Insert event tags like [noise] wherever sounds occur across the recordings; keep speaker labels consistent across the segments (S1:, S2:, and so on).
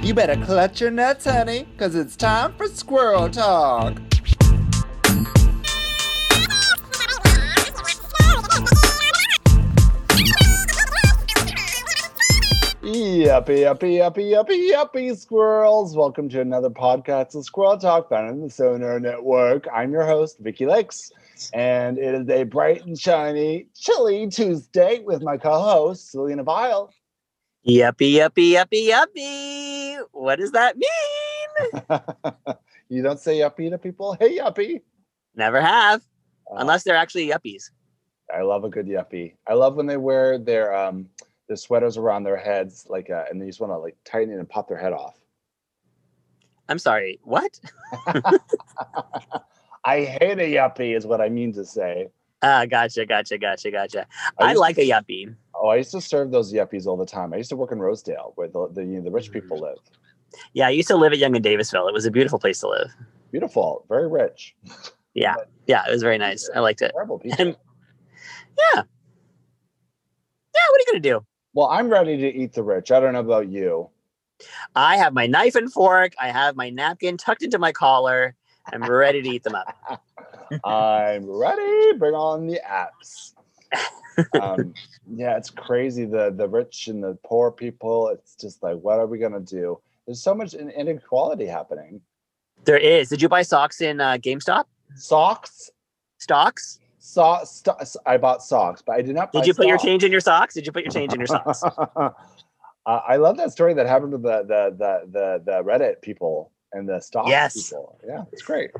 S1: You better clutch your nuts, honey, because it's time for squirrel talk. Yuppie, yuppie, yuppie, yuppie, yuppie, squirrels. Welcome to another podcast of Squirrel Talk found on the Sonar Network. I'm your host, Vicky Lakes, and it is a bright and shiny, chilly Tuesday with my co host, Selena Vile. [laughs]
S2: Yuppie, yuppie, yuppie, yuppie. What does that mean?
S1: you don't say yuppie to people. Hey, yuppie.
S2: Never have,
S1: Uh,
S2: unless they're actually yuppies.
S1: I love a good yuppie. I love when they wear their um their sweaters around their heads, like, uh, and they just want to like tighten it and pop their head off.
S2: I'm sorry. What?
S1: I hate a yuppie, is what I mean to say.
S2: Ah, gotcha, gotcha, gotcha, gotcha.
S1: I
S2: I,
S1: used-
S2: like a yuppie.
S1: Oh, I used to serve those yuppies all the time. I used to work in Rosedale, where the the, you know, the rich
S2: Mm.
S1: people live.
S2: Yeah, I used to live at Young and Davisville. It was a beautiful place to live.
S1: Beautiful, very rich,
S2: Yeah, yeah, it was very nice. I liked it.
S1: terrible people.
S2: And yeah, yeah. What are you gonna do?
S1: Well, I'm ready to eat the rich. I don't know
S2: [laughs]
S1: about you.
S2: I have my knife and fork. I have my napkin tucked into my collar. I'm ready to eat them
S1: [laughs]
S2: up.
S1: I'm ready. Bring on the apps. um, yeah, it's crazy. The the rich and the poor people. It's just like, what are we gonna do? There's so much in- inequality happening.
S2: There is. Did you buy socks in uh, GameStop
S1: Socks,
S2: stocks?
S1: so, sto- I bought socks, but I did not.
S2: Did
S1: buy
S2: you put your
S1: socks.
S2: change in your socks? Did you put your change in your
S1: [laughs]
S2: socks?
S1: uh, I love that story that happened to the the the the, the Reddit people and the stock
S2: Yes.
S1: people. Yeah, it's great.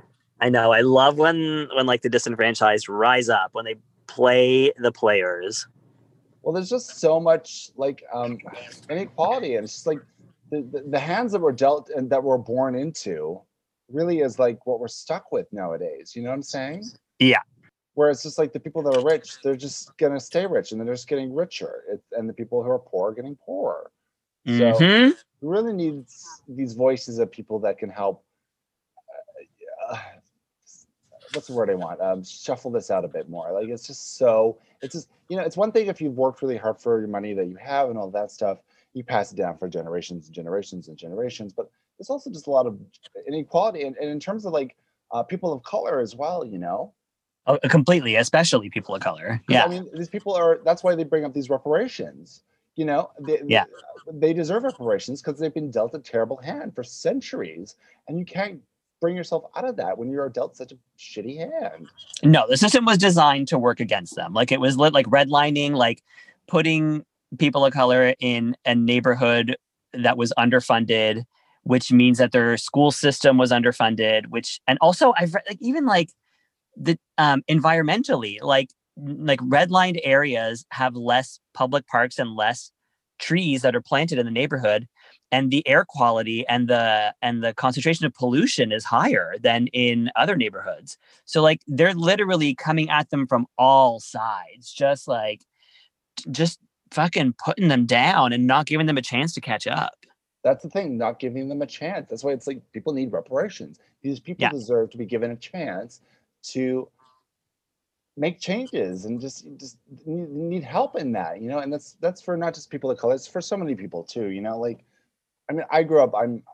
S2: I know. I love when when like the disenfranchised rise up when they play the players.
S1: Well, there's just so much like um, inequality, and it's just like the, the, the hands that were dealt and that we're born into really is like what we're stuck with nowadays. You know what I'm saying?
S2: Yeah.
S1: Where it's just like the people that are rich, they're just gonna stay rich, and they're just getting richer, it, and the people who are poor are getting poorer. So- we really need s- these voices of people that can help. Uh, what's the word I want? Um, shuffle this out a bit more. Like it's just so. It's just you know, it's one thing if you've worked really hard for your money that you have and all that stuff. You pass it down for generations and generations and generations. But there's also just a lot of inequality, and, and in terms of like uh, people of color as well. You know,
S2: Oh, completely, especially people of color.
S1: 'Cause, I mean, these people are. That's why they bring up these reparations. You know, they,
S2: Yeah.
S1: they deserve reparations because they've been dealt a terrible hand for centuries, and you can't bring yourself out of that when you are dealt such a shitty hand.
S3: No, the system was designed to work against them. Like it was lit, like redlining, like putting people of color in a neighborhood that was underfunded, which means that their school system was underfunded. Which and also I've read like even like the um, environmentally, like like redlined areas have less public parks and less trees that are planted in the neighborhood and the air quality and the and the concentration of pollution is higher than in other neighborhoods so like they're literally coming at them from all sides, just like just fucking putting them down and not giving them a chance to catch up.
S1: That's the thing, not giving them a chance. That's why it's like people need reparations. These people
S3: Yeah.
S1: deserve to be given a chance to make changes and just just need, need help in that, you know. And that's that's for not just people of color. It's for so many people too, you know. Like, I mean, I grew up. I'm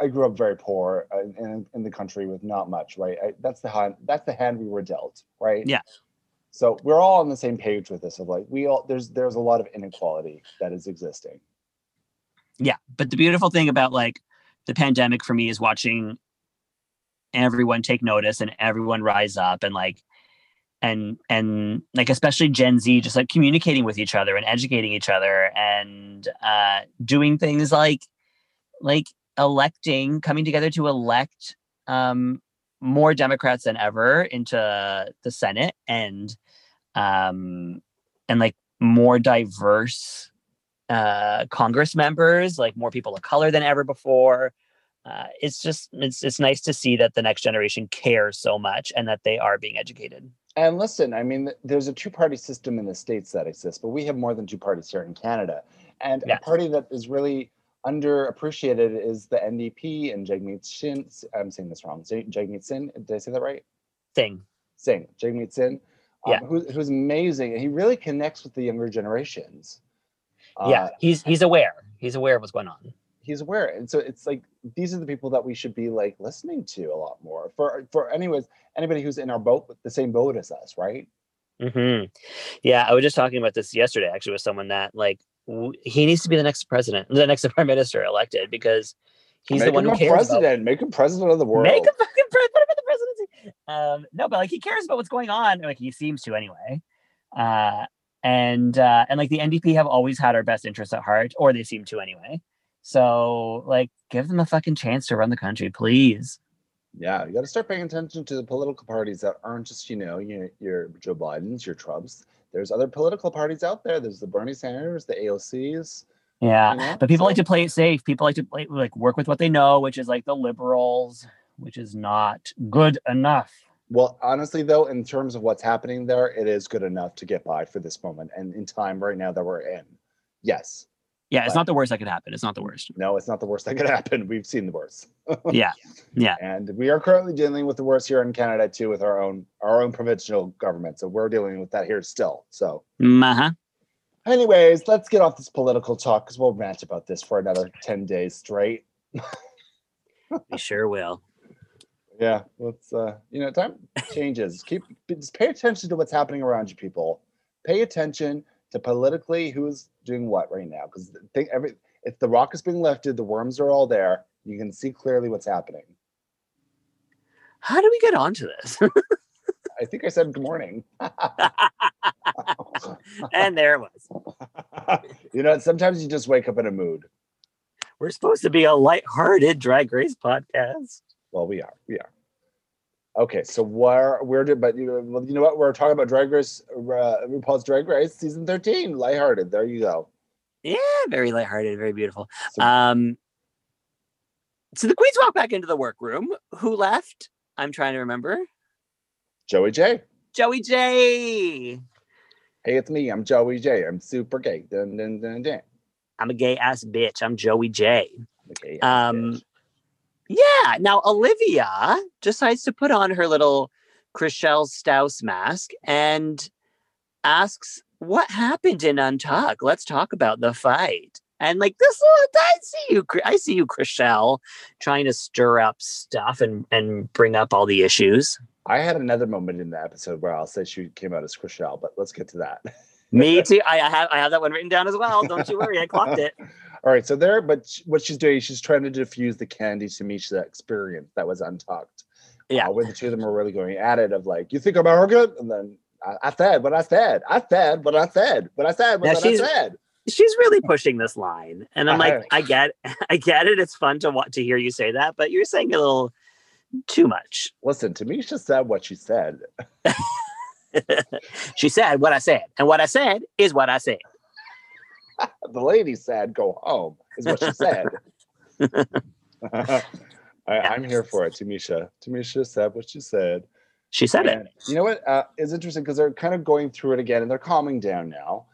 S1: uh, I grew up very poor uh, in in the country with not much, right? I, that's the hand that's the hand we were dealt, right?
S3: Yeah.
S1: So we're all on the same page with this of like we all there's there's a lot of inequality that is existing.
S3: yeah but the beautiful thing about like the pandemic for me is watching everyone take notice and everyone rise up and like and and like especially gen z just like communicating with each other and educating each other and uh doing things like like electing coming together to elect um more democrats than ever into the senate and um and like more diverse uh congress members like more people of color than ever before uh, it's just it's it's nice to see that the next generation cares so much and that they are being educated
S1: And listen, I mean, there's a two party system in the states that exists, but we have more than two parties here in Canada. And
S3: Yes.
S1: a party that is really underappreciated is the NDP and Jagmeet Singh. I'm saying this wrong. Jag- Jagmeet Singh. Did I say that right?
S3: thing
S1: Singh. Jagmeet Singh. Um,
S3: Yeah.
S1: who- who's amazing. And he really connects with the younger generations. Uh,
S3: yeah he's he's aware he's aware of what's going on
S1: he's aware and so it's like these are the people that we should be like listening to a lot more for for anyways anybody who's in our boat with the same boat as us right
S3: hmm yeah i was just talking about this yesterday actually with someone that like w- he needs to be the next president the next [laughs] prime minister elected because he's the
S1: Make
S3: one
S1: him
S3: who
S1: a
S3: cares about
S1: president make him president of the world
S3: Make a fucking president. What about the presidency? Um, no, but like he cares about what's going on. Like he seems to anyway. Uh, and uh, and like the NDP have always had our best interests at heart, or they seem to anyway. So like, give them a fucking chance to run the country, please.
S1: yeah you got to start paying attention to the political parties that aren't just you know your, your joe biden's your trumps there's other political parties out there there's the bernie sanders the aocs
S3: Yeah,
S1: you know?
S3: but people
S1: So-
S3: like to play it safe. People like to play like work with what they know, which is like the liberals, which is not good enough.
S1: Well, honestly, though, in terms of what's happening there, it is good enough to get by for this moment and in time right now that we're in. Yes.
S3: Yeah, it's
S1: Right.
S3: not the worst that could happen. It's not the worst.
S1: No, it's not the worst that could happen. We've seen the worst. [laughs]
S3: Yeah, yeah.
S1: And we are currently dealing with the worst here in Canada too, with our own our own provincial government. So we're dealing with that here still. So,
S3: Mm, uh-huh.
S1: anyways, let's get off this political talk because we'll rant about this for another ten days straight.
S3: We sure will.
S1: Yeah, let's. Uh, you know, time
S3: [laughs]
S1: changes. Keep just pay attention to what's happening around you, people. Pay attention to politically who's doing what right now because think every if the rock is being lifted, the worms are all there. You can see clearly what's happening.
S3: How do we get onto this? [laughs]
S1: I think I said good morning. [laughs]
S3: and there it was.
S1: you know, sometimes you just wake up in a mood.
S3: We're supposed to be a light-hearted Drag Race podcast.
S1: Well, we are. We are. Okay, so where where did but you know, well, you know what we're talking about Drag Race uh, RuPaul's Drag Race season thirteen lighthearted. There you go.
S3: Yeah, very light-hearted, very beautiful.
S1: So,
S3: Um, so the queens walk back into the workroom. Who left? I'm trying to remember.
S1: Joey J.
S3: Joey J.
S1: Hey, it's me. I'm Joey J. I'm super gay. Dun dun dun dun.
S3: I'm a gay ass bitch. I'm Joey J.
S1: Okay.
S3: Um, Yeah. Now Olivia decides to put on her little Chriselle Staus mask and asks, "What happened in Untuck? Let's talk about the fight." And like this, little- I see you, Chr- I see you, Chriselle, trying to stir up stuff and and bring up all the issues.
S1: I had another moment in the episode where I'll say she came out as Chriselle, but let's get to that. [laughs]
S3: Me too. I, I have I have that one written down as well. Don't you worry, I clocked it.
S1: All right, so there, but sh- what she's doing, she's trying to diffuse the Candy Tamisha experience that was untucked.
S3: Yeah.
S1: uh, where the two of them are really going at it of like, you think I'm arrogant? And then I, I said what I said. I said what I said. What I said.
S3: Yeah,
S1: What I
S3: she's-
S1: said.
S3: She's really pushing this line, and I'm like,
S1: Uh-huh.
S3: I get, [laughs] I get it. It's fun to want to hear you say that, but you're saying a little too much.
S1: Listen, Tamisha said what she said.
S3: she said what I said, and what I said is what I said.
S1: The lady said, "Go home," is what she said.
S3: [laughs]
S1: [laughs] I, I'm here for it, Tamisha. Tamisha said what she said.
S3: She said it.
S1: And You know what uh, is interesting because they're kind of going through it again, and they're calming down now.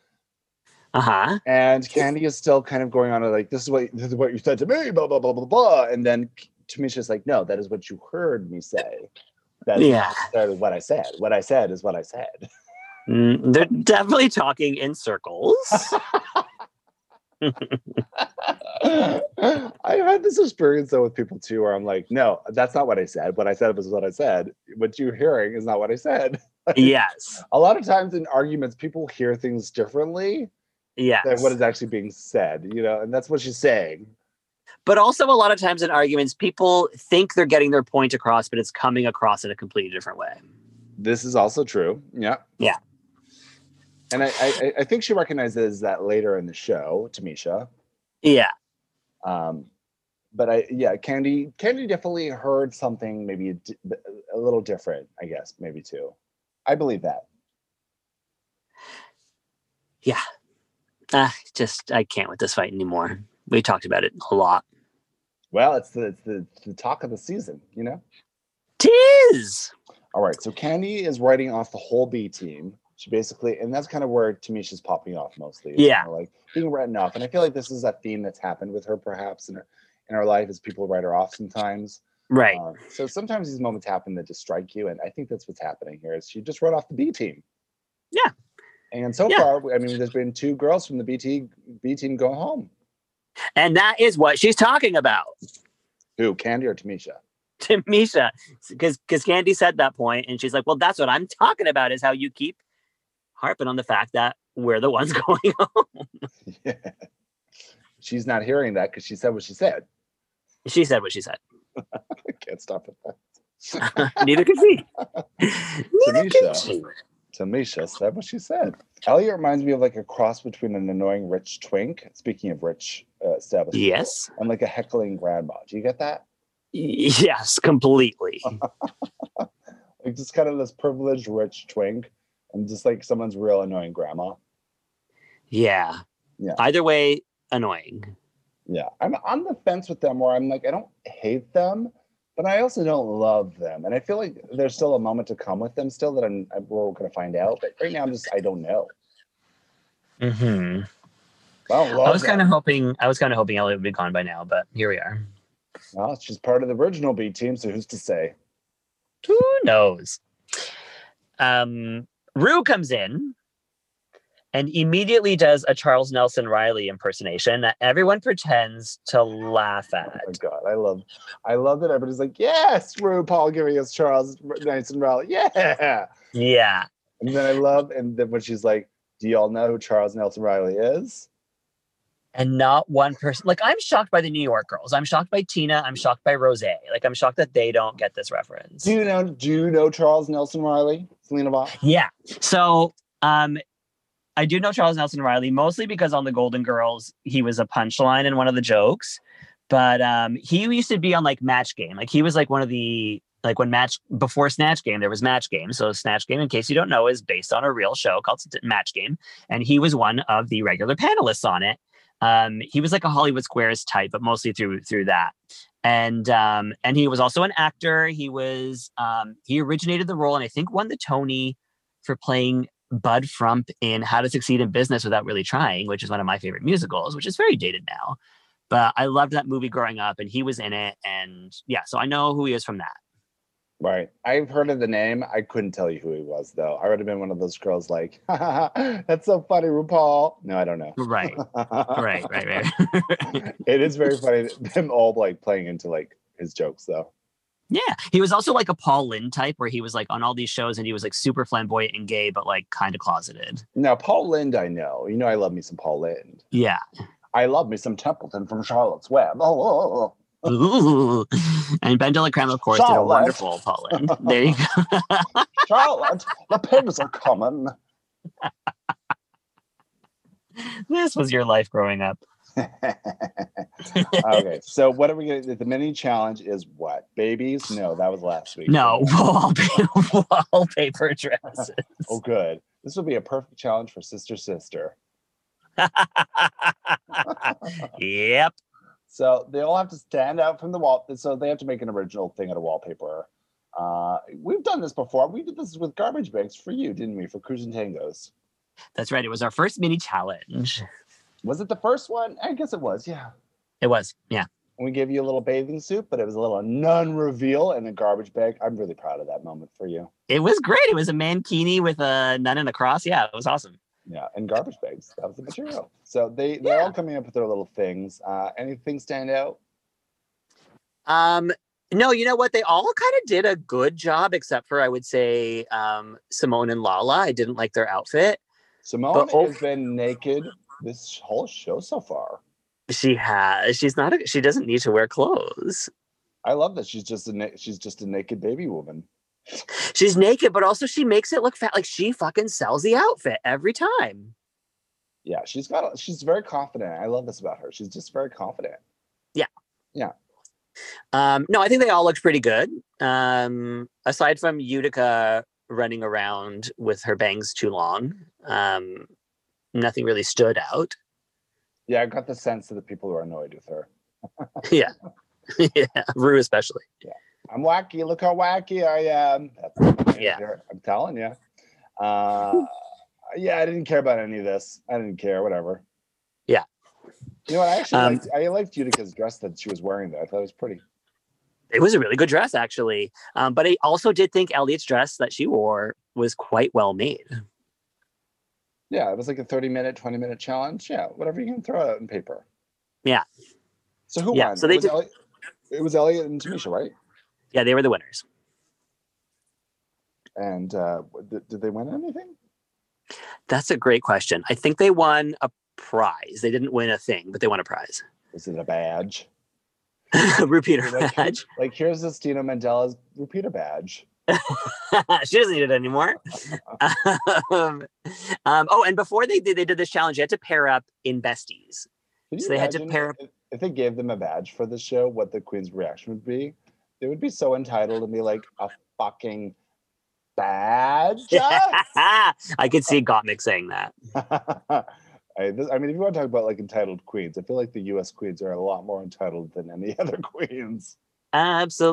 S3: Uh huh.
S1: And Candy is still kind of going on like, "This is what this is what you said to me," blah blah blah blah blah. And then Tamisha's like, "No, that is what you heard me say. That's
S3: Yeah.
S1: that is what I said. What I said is what I said." [laughs]
S3: Mm, they're definitely talking in
S1: [laughs]
S3: circles.
S1: I've had this experience though with people too, where I'm like, "No, that's not what I said. What I said was what I said. What you're hearing is not what I said." [laughs]
S3: yes.
S1: A lot of times in arguments, people hear things differently,
S3: yeah.
S1: than what is actually being said, you know, and that's what she's saying.
S3: But also, a lot of times in arguments, people think they're getting their point across, but it's coming across in a completely different way.
S1: This is also true. Yeah.
S3: Yeah.
S1: And I, I, I think she recognizes that later in the show, Tamisha.
S3: Yeah.
S1: Um, but I, yeah, Candy, Candy definitely heard something maybe a di- a little different, I guess, maybe too. I believe that.
S3: Yeah. Ah, just, I can't with this fight anymore. We talked about it a lot.
S1: Well, it's the, it's the, it's the talk of the season, you know?
S3: Tis!
S1: All right. So Candy is writing off the whole B team. She basically, and that's kind of where Tamisha's popping off mostly. is
S3: Yeah.
S1: kinda Like being written off. And I feel like this is a theme that's happened with her perhaps in her, in her life is people write her off sometimes.
S3: Right.
S1: Um, so sometimes these moments happen that just strike you. And I think that's what's happening here is she just wrote off the B team.
S3: Yeah.
S1: And so
S3: Yeah.
S1: far, I mean, there's been two girls from the BT B team go home.
S3: And that is what she's talking about.
S1: Who? Candy or Tamisha? [laughs]
S3: [laughs] to Misha because because Candy said that point, and she's like, "Well, that's what I'm talking about is how you keep harping on the fact that we're the ones [laughs] going home."
S1: Yeah. She's not hearing that because she said what she said. [laughs]
S3: She said what she said.
S1: I can't stop it. [laughs]
S3: Neither could she. Neither could
S1: Tamisha.
S3: she.
S1: Tamisha said what she said. Elliot reminds me of like a cross between an annoying rich twink. Speaking of rich uh, establishment,
S3: Yes. [laughs]
S1: and like a heckling grandma. Do you get that?
S3: Yes, completely.
S1: Like just kind of this privileged rich twink, and just like someone's real annoying grandma.
S3: Yeah.
S1: Yeah.
S3: Either way, annoying.
S1: Yeah, I'm on the fence with them, where I'm like, I don't hate them, but I also don't love them, and I feel like there's still a moment to come with them, still that I'm I- we're going to find out. But right now, I'm just I don't know.
S3: Mm-hmm.
S1: I don't love.
S3: I was
S1: them.
S3: kind of hoping I was kind of hoping Elliot would be gone by now, but here we are.
S1: Well, she's part of the original B team, so who's to say?
S3: Who knows? Um, Rue comes in and immediately does a Charles Nelson Riley impersonation that everyone pretends to laugh at.
S1: Oh my god, I love, I love that everybody's like, yes, RuPaul giving us Charles Nelson Riley, yeah.
S3: Yeah.
S1: And then I love, and then when she's like, do y'all know who Charles Nelson Riley is?
S3: And not one person, like, I'm shocked by the New York girls. I'm shocked by Tina. I'm shocked by Rose. Like, I'm shocked that they don't get this reference.
S1: Do you know? Do you know Charles Nelson Riley? Selena Vaughn.
S3: Yeah. So, um, I do know Charles Nelson Riley mostly because on the Golden Girls he was a punchline in one of the jokes, but um, he used to be on like Match Game. Like he was like one of the like when Match before Snatch Game there was Match Game. So Snatch Game, in case you don't know, is based on a real show called S- Match Game, and he was one of the regular panelists on it. Um, he was like a Hollywood Squares type, but mostly through through that and um, and he was also an actor. He was um, he originated the role and I think won the Tony for playing Bud Frump in How to Succeed in Business Without Really Trying, which is one of my favorite musicals, which is very dated now. But I loved that movie growing up, and he was in it. And yeah, so I know who he is from that.
S1: Right. I've heard of the name. I couldn't tell you who he was though. I would have been one of those girls like, [laughs] that's so funny, RuPaul. No, I don't know. [laughs]
S3: Right, right, right, right. [laughs]
S1: it is very funny them all like playing into like his jokes though.
S3: Yeah, he was also like a Paul Lynn type, where he was like on all these shows and he was like super flamboyant and gay, but like kind of closeted.
S1: Now, Paul Lind, I know. You know, I love me some Paul Lind.
S3: Yeah.
S1: I love me some Templeton from Charlotte's Web. Oh, oh,
S3: Ooh. And Ben Delacreme, of course, did a
S1: Charlotte.
S3: wonderful Paulin. There you go.
S1: oh. Charlotte, the pigs are coming.
S3: This was your life growing up.
S1: okay, so what are we going to The mini challenge is what? Babies? No, that was last week.
S3: No, [laughs] wallpaper, [laughs] wallpaper dresses.
S1: Oh, good. This would be a perfect challenge for Sister Sister.
S3: [laughs] yep.
S1: So they all have to stand out from the wall. So they have to make an original thing out of wallpaper. Uh, we've done this before. We did this with garbage bags for you, didn't we? For Cruising Tangos.
S3: That's right. It was our first mini challenge.
S1: Was it the first one? I guess it was. Yeah.
S3: It was. Yeah.
S1: And we gave you a little bathing suit, but it was a little nun reveal and a garbage bag. I'm really proud of that moment for you.
S3: It was great. It was a mankini with a nun and a cross. Yeah, it was awesome.
S1: Yeah, and garbage bags. That was the material. So they they're all coming up with their little things. Uh, anything stand out?
S2: Um, no, you know what? They all kind of did a good job, except for I would say um, Simone and Lala. I didn't like their outfit.
S1: Simone
S2: But- oh.
S1: has been naked this whole show so far.
S3: She has. She's not. A, she doesn't need to wear clothes.
S1: I love that she's just a na- she's just a naked baby woman.
S3: She's naked, but also she makes it look fat. Like she fucking sells the outfit every time.
S1: Yeah, she's got a- she's very confident. I love this about her. She's just very confident.
S3: Um, no, I think they all looked pretty good. Um, aside from Utica running around with her bangs too long, um, nothing really stood out. [laughs]
S1: Yeah, I got the sense that the people who are annoyed with her.
S3: yeah, Rue especially.
S1: I'm wacky. Look how wacky I am. That's
S3: Yeah.
S1: I'm telling you. Uh, yeah, I didn't care about any of this. I didn't care. Whatever.
S3: Yeah.
S1: You know what? I actually
S3: Um,
S1: liked, I liked Utica's dress that she was wearing. Though I thought it was pretty.
S3: It was a really good dress actually, um, but I also did think Elliot's dress that she wore was quite well made.
S1: Yeah, it was like a 30 minute, 20 minute challenge. Yeah, whatever you can throw out in paper.
S3: Yeah.
S1: So who
S3: Yeah,
S1: won?
S3: so they
S1: it, was
S3: did-
S1: Elliot, it was Elliot and Tamisha, right?
S3: Yeah, they were the winners.
S1: And uh, did, did they win anything?
S3: That's a great question. I think they won a prize. They didn't win a thing, but they won a prize. [laughs]
S1: Was it a badge?
S3: Repeater
S1: Like-
S3: badge.
S1: Like here's this Dino Mandela's repeater badge.
S3: [laughs] she doesn't need it anymore. um, um, oh, and before they did, they did this challenge. You had to pair up in besties. [laughs]
S1: Can you
S3: So they had to
S1: imagine
S3: pair up-
S1: if- If they gave them a badge for the show, what the queen's reaction would be? They would be so entitled and be like, a fucking
S3: [laughs]
S1: badge.
S3: I could see Gottmik saying that.
S1: [laughs] I, this, I mean, if you want to talk about like entitled queens, I feel like the U.S. queens are a lot more entitled than any [laughs] other queens.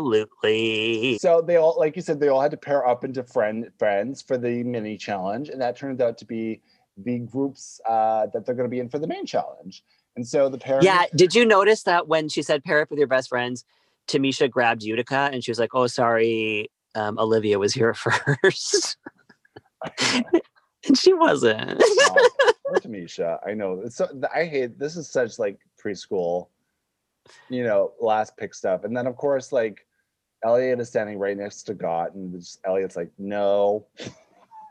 S3: Absolutely.
S1: So they all, like you said, they all had to pair up into friend friends for the mini challenge, and that turned out to be the groups uh, that they're going to be in for the main challenge. And so the pair,
S3: Yeah. Did you notice that when she said pair up with your best friends, Tamisha grabbed Utica and she was like, oh, sorry, um, Olivia was here [laughs] first. [laughs] and she wasn't. [laughs]
S1: Oh, poor Tamisha, I know. It's so, I hate this is such like preschool, you know, last pick stuff. And then of course, like Elliot is standing right next to God, and just, Elliot's like, no. [laughs] and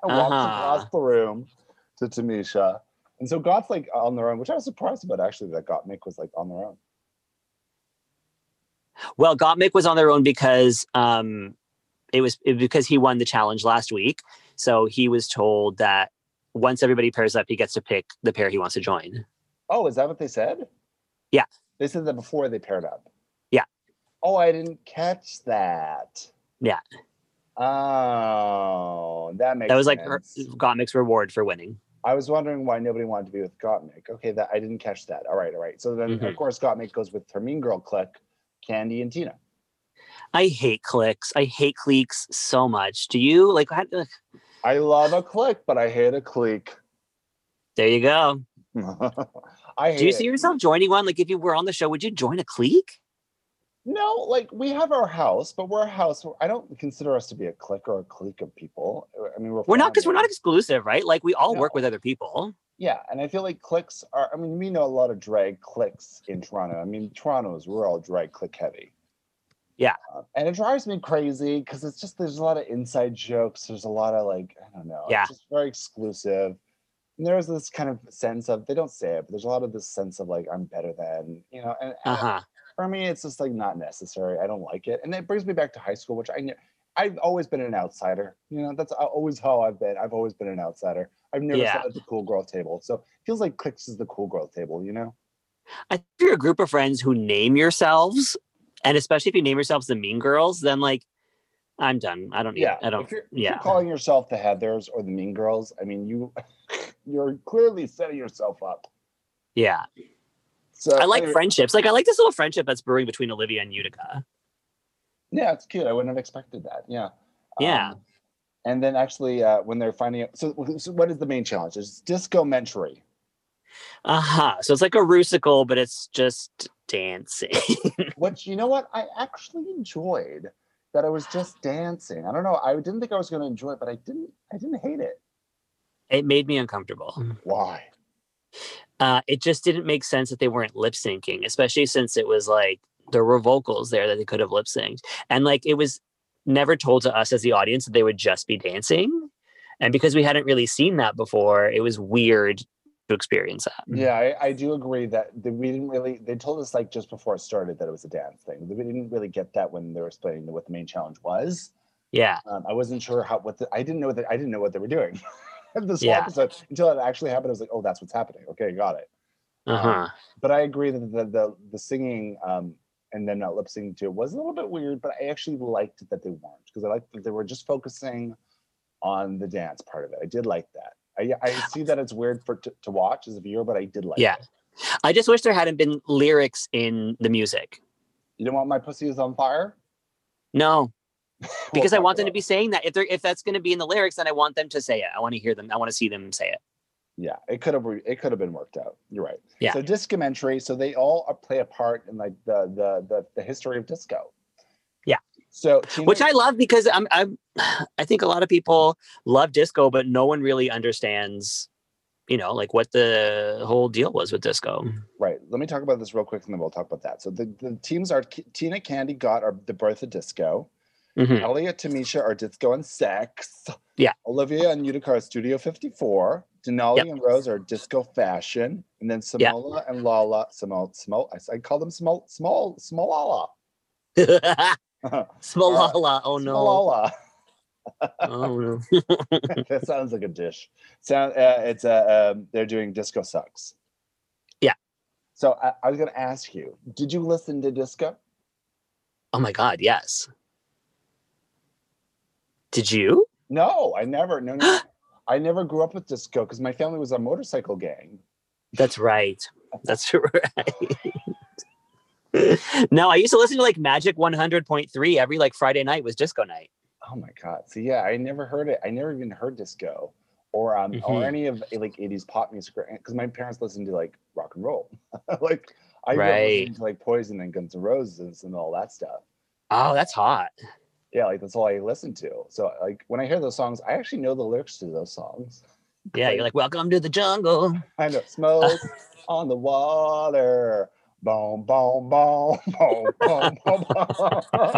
S1: walks
S3: Uh-huh.
S1: across the room to Tamisha. And so Gott's like on their own, which I was surprised about actually that Got Mick was like on their own.
S3: Well, Gottmik was on their own because um, it was it, because he won the challenge last week. So he was told that once everybody pairs up, he gets to pick the pair he wants to join.
S1: Oh, is that what they said?
S3: Yeah.
S1: They said that before they paired up.
S3: Yeah.
S1: Oh, I didn't catch that.
S3: Yeah.
S1: Oh, that makes
S3: that was like her-
S1: sense.
S3: Gottmik's reward for winning.
S1: I was wondering why nobody wanted to be with Gottmik. Okay, that I didn't catch that. All right, all right. So then, of
S3: Mhm.
S1: course, Gottmik goes with her mean girl clique, Candy and Tina.
S3: I hate clicks. I hate cliques so much. Do you like? how- ugh.
S1: I love a clique, but I hate a clique. [laughs]
S3: There you go.
S1: I hate
S3: Do you
S1: it.
S3: see yourself joining one? Like, if you were on the show, would you join a clique?
S1: No, like we have our house, but we're a house. I don't consider us to be a clique or a clique of people. I mean, we're
S3: We're not because we're not
S1: family.
S3: exclusive, right? Like, we all work
S1: No.
S3: with other people.
S1: Yeah, and I feel like cliques are. I mean, we know a lot of drag cliques in Toronto. I mean, Toronto's we're all drag clique heavy.
S3: Yeah.
S1: Uh, and it drives me crazy because it's just there's a lot of inside jokes. There's a lot of like I don't know.
S3: Yeah.
S1: It's just very exclusive. And there's this kind of sense of they don't say it, but there's a lot of this sense of like I'm better than you know. And
S3: Uh huh.
S1: for me, it's just like not necessary. I don't like it, and it brings me back to high school, which I knew. I've always been an outsider. You know, that's always how I've been. I've always been an outsider. I've never
S3: Yeah.
S1: sat at the cool girl table, so it feels like clicks is the cool girl table. You know?
S3: I think if you're a group of friends who name yourselves, and especially if you name yourselves the Mean Girls, then like, I'm done. I don't. Need, I don't.
S1: If you're, if you're
S3: yeah.
S1: calling yourself the Heather's or the Mean Girls, I mean, you [laughs] you're clearly setting yourself up.
S3: yeah.
S1: So
S3: I like
S1: anyway,
S3: friendships. Like, I like this little friendship that's brewing between Olivia and Utica.
S1: Yeah, it's cute. I wouldn't have expected that. Yeah.
S3: Yeah.
S1: Um, and then actually, uh, when they're finding out, so, so what is the main challenge? It's disco mentory.
S3: Uh huh. So it's like a rusical, but it's just dancing. [laughs]
S1: Which you know what I actually enjoyed that I was just dancing. I don't know. I didn't think I was going to enjoy it, but I didn't. I didn't hate it.
S3: it made me uncomfortable.
S1: Why?
S3: Uh, it just didn't make sense that they weren't lip syncing, especially since it was like there were vocals there that they could have lip synced. And like it was never told to us as the audience that they would just be dancing. And because we hadn't really seen that before, it was weird to experience that.
S1: Yeah, I, I do agree that the, we didn't really. They told us like just before it started that it was a dance thing. We didn't really get that when they were explaining what the main challenge was.
S3: Yeah.
S1: Um, I wasn't sure how what the, I didn't know that I didn't know what they were doing. [laughs] this
S3: Yeah.
S1: whole episode until it actually happened. I was like, oh, that's what's happening. Okay, got it.
S3: Uh huh.
S1: But I agree that the the, the singing um, and them not lip syncing to it was a little bit weird. But I actually liked that they weren't because I liked that they were just focusing on the dance part of it. I did like that. I,
S3: [sighs]
S1: I see that it's weird for to, to watch as a viewer, but I did like
S3: Yeah.
S1: it.
S3: I just wish there hadn't been lyrics in the music.
S1: You don't want my pussy is on fire?
S3: No,
S1: We'll
S3: because I
S1: talk
S3: want them to
S1: about
S3: be
S1: it.
S3: saying that. If they're if that's going to be in the lyrics, then I want them to say it. I want to hear them. I want to see them say it.
S1: Yeah, it could have re- it could have been worked out. You're right.
S3: Yeah.
S1: So discomentary. So they all are- play a part in like the the the, the history of disco.
S3: Yeah.
S1: So Tina-
S3: which I love because I'm, I'm [sighs] I think a lot of people love disco, but no one really understands, you know, like what the whole deal was with disco.
S1: right. Let me talk about this real quick, and then we'll talk about that. So the, the teams are K- Tina Candy got are the birth of disco.
S3: Mhm.
S1: Elliot Tamisha are disco and sex.
S3: Yeah.
S1: Olivia and Utica are Studio 54. Denali
S3: Yep.
S1: and Rose are disco fashion, and then
S3: Yeah.
S1: Samola and Lala. Samola, Samola. I, s- I call them Smol Smol [laughs] Smolala.
S3: [laughs] Smalala, Mm-hmm. oh no, [laughs]
S1: Smolala.
S3: oh no.
S1: [laughs] that sounds like a dish. Sound. Uh, it's a. Um, they're doing disco sucks.
S3: Yeah.
S1: So I, I was going to ask you: Did you listen to disco?
S3: Oh my God, yes. Did you?
S1: No, I never. No, no. no. I never grew up with disco because my family was a motorcycle gang.
S3: That's right. That's [laughs] right. no, I used to listen to like Magic 100.3 every like Friday night was disco night.
S1: Oh my god! So yeah, I never heard it. I never even heard disco or um or
S3: Mhm.
S1: any of eh, like '80s pop music because my parents listened to like rock and roll. [laughs] like I grew up
S3: Right.
S1: listening to like Poison and Guns N' Roses and all that stuff.
S3: Oh, that's hot.
S1: yeah, like that's all I listen to. So like when I hear those songs, I actually know the lyrics to those songs.
S3: Yeah, you're like, welcome to the jungle.
S1: I know smoke on the water. Boom, boom, boom, [laughs] boom, boom, boom, boom.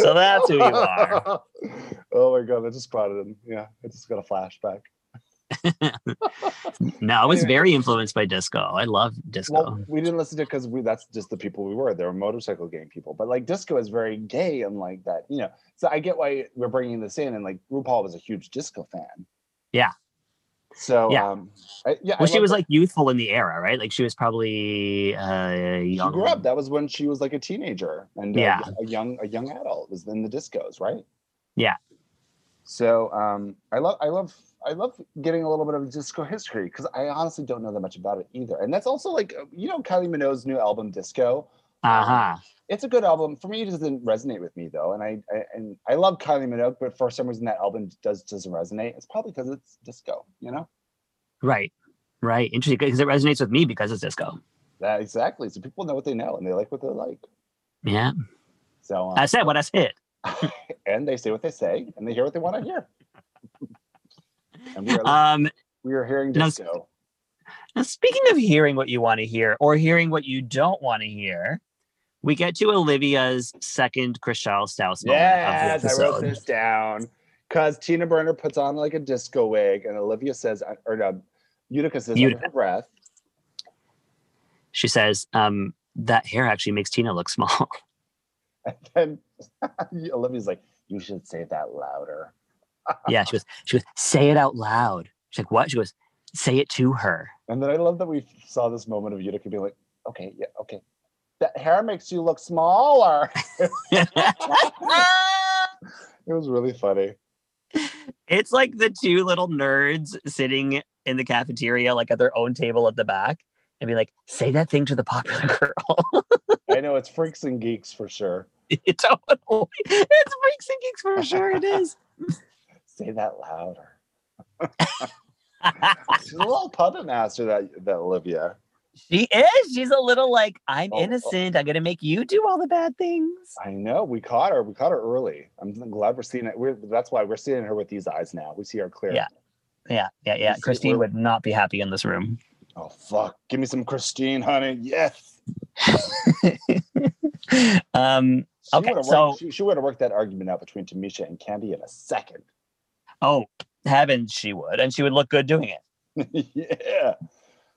S3: so that's who you are.
S1: [laughs] Oh my god, I just brought it in. Yeah, I just got a flashback.
S3: No, I was
S1: Anyway.
S3: very influenced by disco. I love disco.
S1: Well, we didn't listen to it because we that's just the people we were. They were motorcycle gang people. But like disco is very gay and like that, you know. So I get why we're bringing this in. And like RuPaul was a huge disco fan.
S3: Yeah.
S1: So
S3: Yeah.
S1: um, I, yeah. I
S3: well, she
S1: love
S3: was
S1: that
S3: like youthful in the era, right? Like she was probably uh,
S1: She
S3: young.
S1: grew up. That was when she was like a teenager and uh,
S3: Yeah.
S1: a young a young adult was in the discos, right?
S3: Yeah.
S1: So um, I love I love I love getting a little bit of disco history because I honestly don't know that much about it either. And that's also like uh, you know Kylie Minogue's new album Disco.
S3: Uh huh.
S1: it's a good album for me it doesn't resonate with me though and I, I and i love kylie minogue but for some reason that album does doesn't resonate it's probably because it's disco you know
S3: Right. Right. Interesting. Because it resonates with me because it's disco.
S1: that exactly so people know what they know and they like what they like
S3: Yeah.
S1: so um,
S3: I said what I said.
S1: and they say what they say and they hear what they want to
S3: [laughs]
S1: hear and we are,
S3: Um,
S1: we are hearing
S3: no, s-
S1: disco
S3: now speaking of hearing what you want to hear or hearing what you don't want to hear, we get to Olivia's second Chriselle Staus moment of
S1: yes
S3: the
S1: i wrote
S3: episode.
S1: this down because tina burner puts on like a disco wig and olivia says uh, or no, utica says under
S3: Utica.
S1: her breath [laughs]
S3: She says, um, that hair actually makes Tina look small.
S1: and [laughs] olivia's like you should say that louder
S3: yeah, she goes, she goes, say it out loud. She's like, what? She goes, say it to her. [laughs]
S1: And then I love that we saw this moment of Utica being like, okay, yeah, okay. That hair makes you look smaller. [laughs] It was really funny.
S3: it's like the two little nerds sitting in the cafeteria, like at their own table at the back, and be like, say that thing to the popular [laughs] girl.
S1: I know it's freaks and geeks for sure.
S3: You totally- it's Freaks and Geeks for sure. It is. [laughs]
S1: Say that louder. She's a little puppet master, that, that Olivia.
S3: she is. She's a little like, I'm
S1: Oh, oh.
S3: innocent. I'm going to make you do all the bad things.
S1: I know. We caught her. We caught her early. I'm glad we're seeing it. We're, that's why we're seeing her with these eyes now. We see her clear.
S3: Yeah. Yeah, yeah, yeah.
S1: see,
S3: Christine
S1: we're-
S3: would not be happy in this room.
S1: Oh, fuck. Give me some Christine, honey. Yes.
S3: um,
S1: She
S3: Okay,
S1: would've worked-
S3: so-
S1: she, she would have worked that argument out between Tamisha and Candy in a second. [laughs]
S3: oh, heavens, she would. And she would look good doing it.
S1: yeah.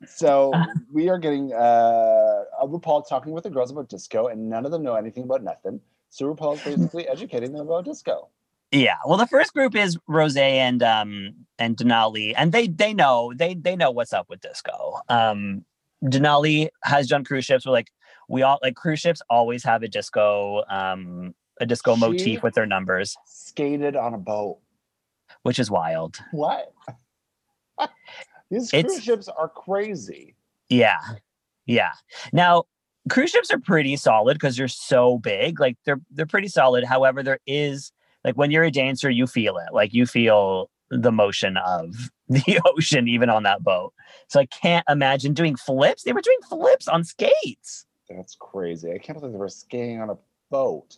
S1: So
S3: Uh-huh.
S1: we are getting uh, RuPaul talking with the girls about disco, and none of them know anything about nothing. So RuPaul is basically educating them about disco.
S3: Yeah. Well, the first group is Rose and um and Denali, and they they know they they know what's up with disco. Um, Denali has done cruise ships. We're like we all like cruise ships always have a disco um a disco
S1: She-
S3: motif with their numbers,
S1: Skated on a boat.
S3: which is wild.
S1: What? [laughs] These
S3: It's-
S1: cruise ships are crazy.
S3: Yeah. Yeah. Now, cruise ships are pretty solid because they're so big. Like they're they're pretty solid. However, there is like when you're a dancer, you feel it. Like you feel the motion of [laughs] the ocean even on that boat. So I can't imagine doing flips. They were doing flips on skates.
S1: That's crazy. I can't believe they were skating on a boat.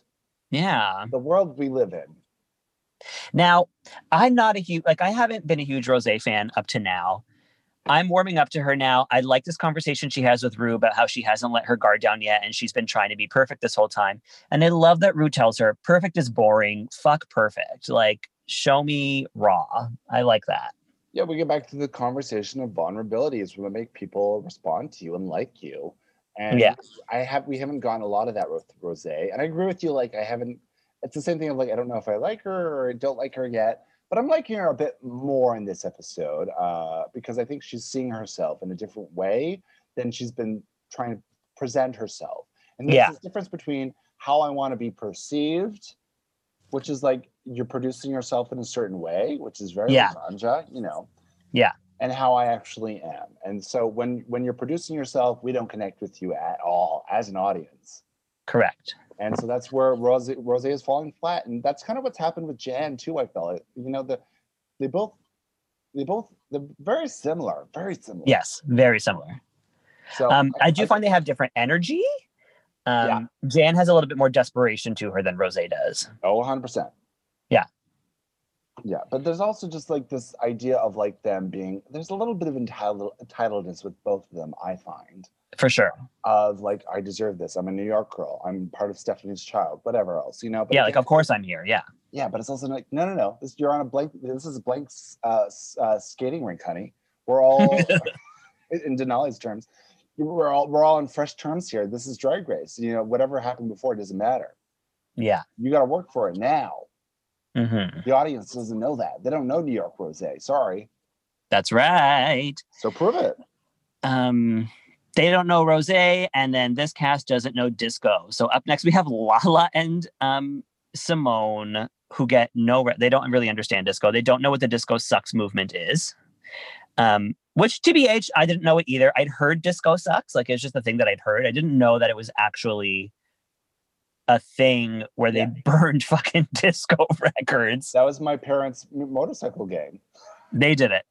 S3: Yeah.
S1: The world we live in.
S3: Now, I'm not a huge like I haven't been a huge Rosé fan up to now. I'm warming up to her now. I like this conversation she has with Rue about how she hasn't let her guard down yet and she's been trying to be perfect this whole time. And I love that Rue tells her, perfect is boring. Fuck perfect. Like, show me raw. I like that.
S1: Yeah, we get back to the conversation of vulnerability is what make people respond to you and like you. And
S3: Yeah.
S1: I have we haven't gotten a lot of that with Rose. And I agree with you, like I haven't it's the same thing of like I don't know if I like her or I don't like her yet, but I'm liking her a bit more in this episode, uh, because I think she's seeing herself in a different way than she's been trying to present herself. And there's
S3: Yeah.
S1: this difference between how I want to be perceived, which is like you're producing yourself in a certain way, which is very
S3: Yeah.
S1: Lasanja, you know
S3: Yeah.
S1: and how I actually am. And so when when you're producing yourself, we don't connect with you at all as an audience.
S3: Correct.
S1: And so that's where Rose Rose is falling flat. And that's kind of what's happened with Jan too, I felt. It- You know, the they both they both they're very similar, very similar.
S3: Yes. Very similar.
S1: So
S3: Um, I do find they have different energy. Um, Jan has a little bit more desperation to her than Rose does.
S1: Oh, 100 percent.
S3: Yeah.
S1: Yeah, but there's also just like this idea of like them being there's a little bit of entitled entitledness with both of them. I find
S3: For sure.
S1: of like I deserve this. I'm a New York girl. I'm part of Stephanie's child. Whatever else, you know. But
S3: Yeah,
S1: again,
S3: like of course I'm here. Yeah.
S1: Yeah, but it's also like no, no, no. This you're on a blank. This is a blank s- uh, s- uh, skating rink, honey. We're
S3: [laughs]
S1: all in Denali's terms. We're all we're all on fresh terms here. This is drag race. You know, whatever happened before doesn't matter.
S3: Yeah.
S1: You got to work for it now.
S3: hmm
S1: The audience doesn't know that. They don't know New York Rose. Sorry.
S3: That's right.
S1: So prove it.
S3: um they don't know rose and then this cast doesn't know disco so up next we have lala and um simone who get no re- they don't really understand disco they don't know what the disco sucks movement is um which tbh i didn't know it either i'd heard disco sucks like it's just a thing that i'd heard i didn't know that it was actually a thing where they
S1: Yeah.
S3: [laughs] burned fucking disco records
S1: That was my parents' m- motorcycle game.
S3: they did it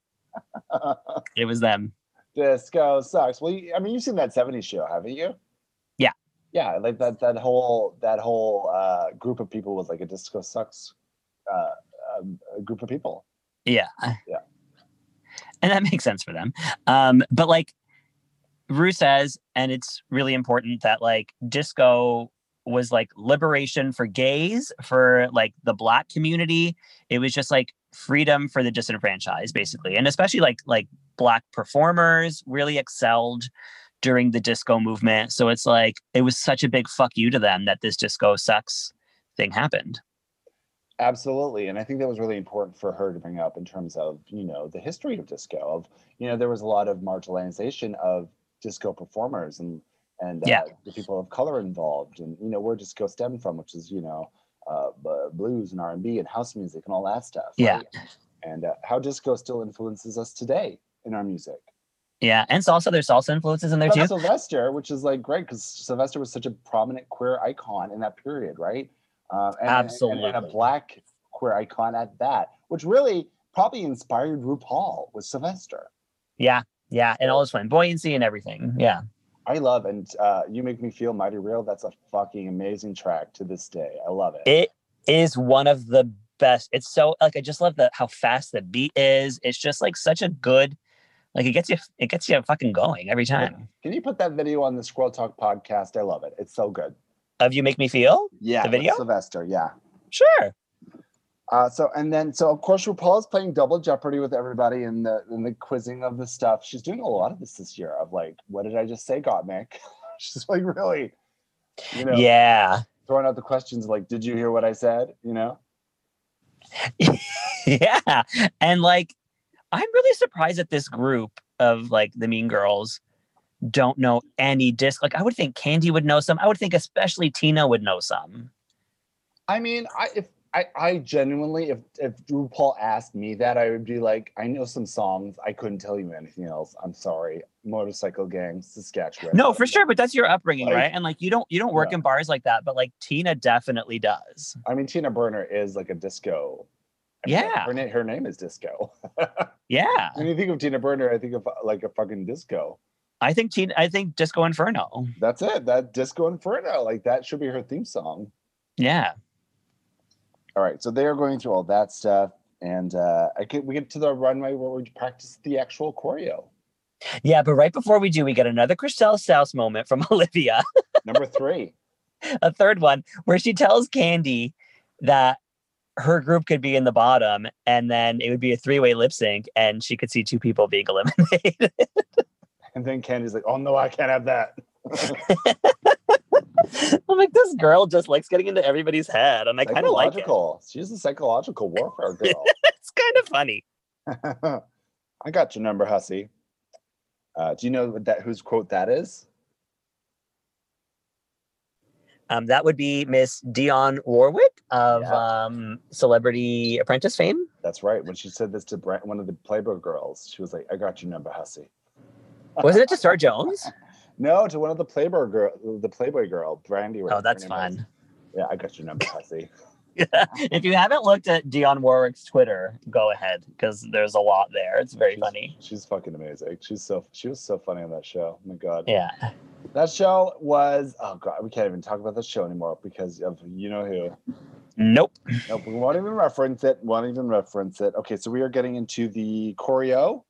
S3: it was them
S1: [laughs] Disco sucks. Well, you, I mean, you've seen that '70s show, haven't you?
S3: Yeah.
S1: Yeah, like that that whole that whole uh, group of people was like a disco sucks uh, um, a group of people.
S3: Yeah.
S1: Yeah.
S3: And that makes sense for them. Um, but like Rue says, and it's really important that like disco was like liberation for gays, for like the black community. It was just like freedom for the disenfranchised, basically. And especially like like black performers really excelled during the disco movement. So it's like it was such a big fuck you to them that this disco sucks thing happened.
S1: Absolutely, and I think that was really important for her to bring up in terms of you know the history of disco. Of you know there was a lot of marginalization of disco performers and and
S3: Yeah.
S1: uh, the people of color involved, and you know where disco stemmed from, which is you know uh, bu- blues and R and B and house music and all that stuff.
S3: Yeah.
S1: right? and uh, how disco still influences us today in our music.
S3: Yeah. And salsa, there's salsa influences in there too.
S1: But Sylvester, which is like great because Sylvester was such a prominent queer icon in that period, right? Uh, and, and- and
S3: Absolutely.
S1: a black queer icon at that, which really probably inspired RuPaul was Sylvester.
S3: Yeah, yeah, and all his flamboyancy and everything. Yeah,
S1: I love and uh, you make me feel mighty real. That's a fucking amazing track to this day. I love it.
S3: it is one of the best. It's so like I just love the how fast the beat is. It's just like such a good, like it gets you, it gets you fucking going every time.
S1: Can you put that video on the Squirrel Talk podcast? I love it. It's so good.
S3: Of you make me feel
S1: Yeah, with
S3: video?
S1: Sylvester. Yeah.
S3: sure.
S1: Uh, so and then so of course RuPaul is playing double jeopardy with everybody in the in the quizzing of the stuff. She's doing a lot of this this year of like, what did I just say, Gottmik? [laughs] She's like really, you know,
S3: yeah.
S1: throwing out the questions like, did you hear what I said? You know,
S3: yeah. [laughs] And like, I'm really surprised that this group of like the mean girls don't know any disc. Like, I would think Candy would know some. I would think especially Tina would know some.
S1: I mean, I if I I genuinely if if RuPaul asked me that, I would be like, I know some songs. I couldn't tell you anything else. I'm sorry. Motorcycle Gang, Saskatchewan.
S3: No, for sure. But that's your upbringing,
S1: Like-
S3: right? And like, you don't, you don't work
S1: Yeah.
S3: in bars like that, but like Tina definitely does.
S1: I mean, Tina Burner is like a disco. I mean,
S3: Yeah.
S1: her, na- her name is Disco. [laughs]
S3: Yeah.
S1: when you think of Tina Burner, I think of uh, like a fucking disco.
S3: I think Tina, I think Disco Inferno.
S1: That's it. That Disco Inferno. Like that should be her theme song.
S3: Yeah.
S1: All right. So they are going through all that stuff, and uh, I get, we get to the runway where we practice the actual choreo.
S3: Yeah. But right before we do, we get another Christelle Souse moment from [laughs] Olivia. [laughs]
S1: Number three.
S3: a third one where she tells Candy that her group could be in the bottom and then it would be a three-way lip sync and she could see two people being eliminated. [laughs]
S1: And then Candy's like, "Oh no, I can't have that."
S3: I'm like, this girl just likes getting into everybody's head. And [laughs] I kind of like it.
S1: Psychological. She's a psychological warfare girl.
S3: [laughs] It's kind of funny.
S1: [laughs] I got your number, hussy. Uh, do you know what that whose quote that is?
S3: Um, that would be Miss Dion Warwick of
S1: Yeah.
S3: um, Celebrity Apprentice fame.
S1: That's right. When she said this to Brent, one of the Playboy girls, she was like, "I got your number, hussy."
S3: Wasn't it to Star
S1: [laughs]
S3: Jones?
S1: No, to one of the Playboy girl, the Playboy girl, Brandy.
S3: Oh,
S1: whatever her
S3: that's
S1: name was.
S3: fun.
S1: Yeah, I got your number, hussy.
S3: [laughs] if you haven't looked at Dion Warwick's Twitter, go ahead because there's a lot there. It's very
S1: She's-
S3: funny.
S1: She's fucking amazing. She's so she was so funny on that show. Oh my god.
S3: Yeah.
S1: That show was oh god, we can't even talk about that show anymore because of you know who.
S3: Nope.
S1: Nope, we won't even reference it. Won't even reference it. Okay, so we are getting into the choreo,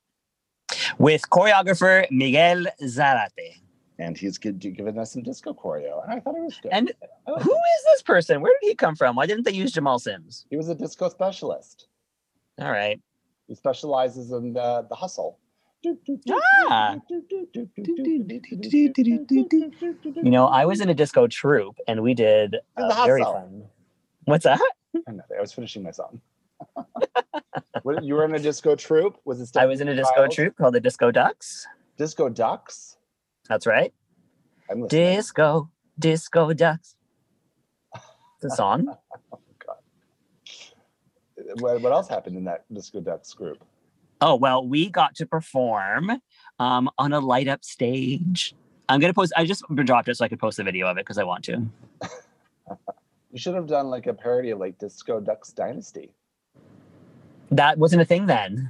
S3: with choreographer Miguel Zarate.
S1: and he's gi- giving us some disco choreo, and I thought it was good.
S3: And
S1: I
S3: who
S1: liked it.
S3: is this person? Where did he come from? Why didn't they use Jamal Sims?
S1: he was a disco specialist.
S3: All right.
S1: He specializes in the, the hustle.
S3: Ah! You know, I was in a disco troupe and we did
S1: And
S3: a
S1: the hot
S3: very
S1: sauce.
S3: fun. What's that?
S1: [laughs] I know, I was finishing my song. [laughs] What- you were in a disco troupe? Was it?
S3: I was in a disco
S1: Childs?
S3: troupe called the Disco Ducks.
S1: Disco ducks.
S3: That's right.
S1: I'm listening.
S3: Disco, Disco Ducks. It's a song.
S1: Uh, What, what else happened in that disco ducks group?
S3: [laughs] Oh, well, we got to perform um, on a light up stage. I'm going to post, I just dropped it so I could post a video of it because I want to.
S1: You should have done like a parody of like Disco Ducks Dynasty.
S3: That wasn't a thing then.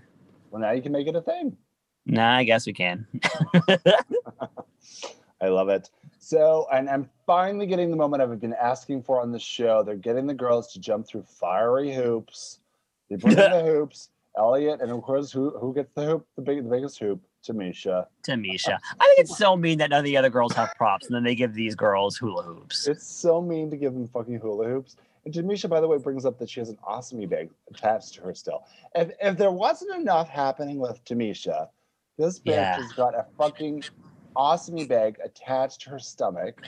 S1: Well, now you can make it a thing.
S3: Nah, I guess we can.
S1: I love it. So, and I'm finally getting the moment I've been asking for on the show. They're getting the girls to jump through fiery hoops. They bring in
S3: [laughs]
S1: the hoops. Elliot, and of course, who who gets the hoop? The big, the biggest hoop, Tamisha.
S3: Tamisha. I think it's so mean that none of the other girls have props and then they give these girls hula hoops.
S1: It's so mean to give them fucking hula hoops. And Tamisha, by the way, brings up that she has an ostomy bag attached to her still. If if there wasn't enough happening with Tamisha, this bitch
S3: Yeah.
S1: has got a fucking ostomy bag attached to her stomach.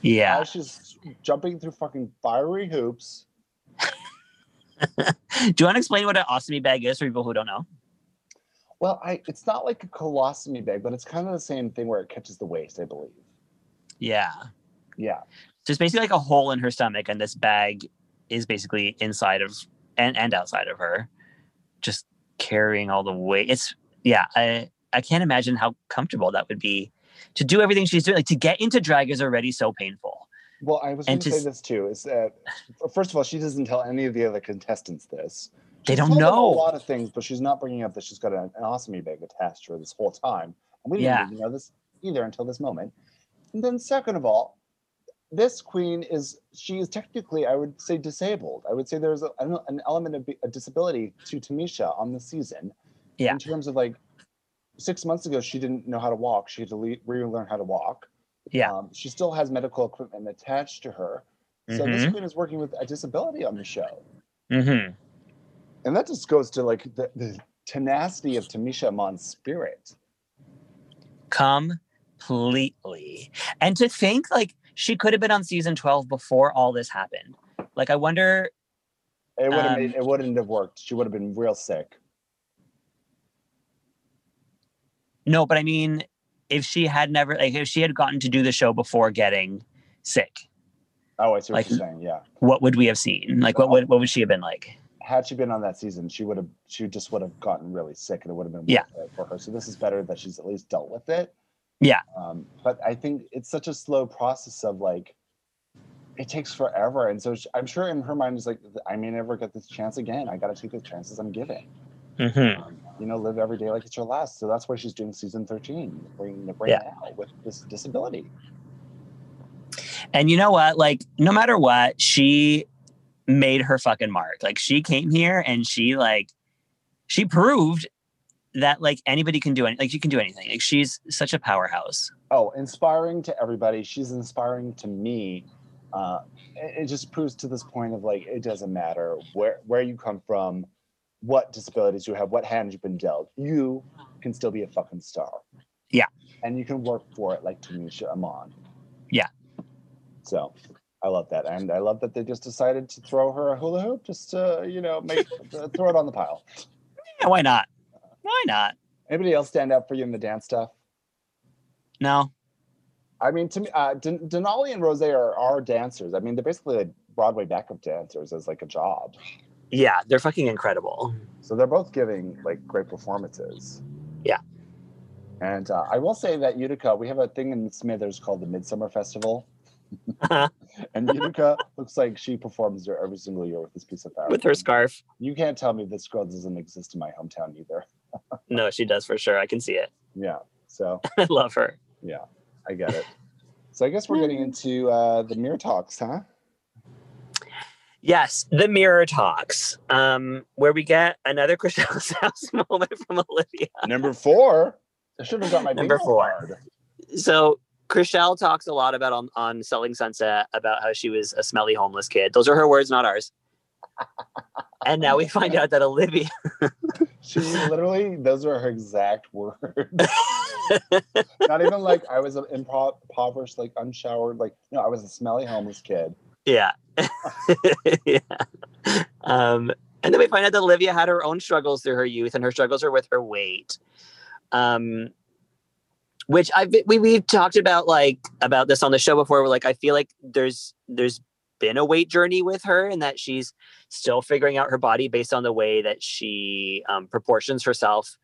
S3: Yeah.
S1: Now she's jumping through fucking fiery hoops.
S3: Do you want to explain what an ostomy bag is for people who don't know?
S1: Well, I it's not like a colostomy bag, but it's kind of the same thing where it catches the waist, I believe.
S3: Yeah.
S1: Yeah.
S3: So it's basically like a hole in her stomach, and this bag is basically inside of and, and outside of her, just carrying all the weight. It's yeah, I I can't imagine how comfortable that would be to do everything she's doing. Like to get into drag is already so painful.
S1: Well, I was going
S3: And
S1: to
S3: to
S1: say
S3: s-
S1: this too. Is that first of all, she doesn't tell any of the other contestants this.
S3: They
S1: She's
S3: don't
S1: told them
S3: know.
S1: a lot of things, but she's not bringing up that she's got an, an ostomy bag attached to her this whole time, and we didn't
S3: Yeah.
S1: even know this either until this moment. And then, second of all, this queen is she is technically, I would say, disabled. I would say there's a, an an element of a disability to Tamisha on the season.
S3: Yeah.
S1: In terms of like six months ago, she didn't know how to walk. She had to le- relearn how to walk.
S3: Yeah.
S1: Um, she still has medical equipment attached to her. So this
S3: Mhm.
S1: queen is working with a disability on the show.
S4: Mm-hmm.
S1: and that just goes to like the, the tenacity of Tamisha Amon's spirit.
S4: Completely. And to think like she could have been on season 12 before all this happened. Like I wonder
S1: It would have
S4: Um,
S1: made, it wouldn't have worked. She would have been real sick.
S4: no, but I mean if she had never like if she had gotten to do the show before getting sick,
S1: Oh, I see what
S4: Like-
S1: you're saying. Yeah,
S4: what would we have seen? Like what would what would she have been like?
S1: had she been on that season, she would have she just would have gotten really sick, and it would have been
S4: Yeah.
S1: worth it for her. So this is better that she's at least dealt with it.
S4: Yeah.
S1: Um, but I think it's such a slow process of like, it takes forever, and so she, I'm sure in her mind is like, I may never get this chance again. I got to take the chances I'm given.
S4: Mm-hmm.
S1: um, you know, live every day like it's your last. So that's why she's doing season 13, bringing the brain
S4: Yeah.
S1: out with this disability.
S4: And you know what? Like, no matter what, she made her fucking mark. Like, she came here and she like she proved that like anybody can do any like you can do anything. Like, she's such a powerhouse.
S1: Oh, inspiring to everybody. She's inspiring to me. Uh, it, it just proves to this point of like, it doesn't matter where, where you come from, what disabilities you have, what hand you've been dealt. You can still be a fucking star.
S4: Yeah.
S1: And you can work for it like Tamisha Amon.
S4: Yeah.
S1: So I love that. And I love that they just decided to throw her a hula hoop just to, you know, make [laughs] throw it on the pile.
S4: Yeah, why not? Why not?
S1: Anybody else stand out for you in the dance stuff?
S4: No.
S1: I mean, to me, uh, Den- Denali and Rose are, are dancers. I mean, they're basically like Broadway backup dancers as like a job.
S3: Yeah, they're fucking incredible.
S1: So they're both giving like great performances.
S3: Yeah.
S1: And uh, I will say that Utica, we have a thing in Smithers called the Midsummer Festival.
S3: Uh-huh.
S1: [laughs] and Utica looks like she performs there every single year with this piece of fabric.
S3: With her scarf.
S1: You can't tell me this girl doesn't exist in my hometown either.
S3: No, she does for sure. I can see it. [laughs]
S1: Yeah. So
S3: I love her.
S1: yeah, I get it. So I guess we're
S3: Hmm.
S1: getting into uh, the mirror talks, huh?
S3: Yes, the mirror talks, um, where we get another Chriselle's house [laughs] moment from Olivia.
S1: Number four. I should have got my
S3: Number
S1: bingo
S3: four.
S1: card.
S3: So Chriselle talks a lot about on, on Selling Sunset about how she was a smelly homeless kid. Those are her words, not ours. and now we find out that Olivia
S1: She literally, those are her exact words. [laughs] Not even like I was an impro- impoverished, like unshowered, like no, I was a smelly homeless kid.
S3: Yeah. [laughs] yeah. Um, and then we find out that Olivia had her own struggles through her youth, and her struggles are with her weight. Um, which I've been, we we've talked about like about this on the show before. Where like I feel like there's there's been a weight journey with her, and that she's still figuring out her body based on the way that she um, proportions herself.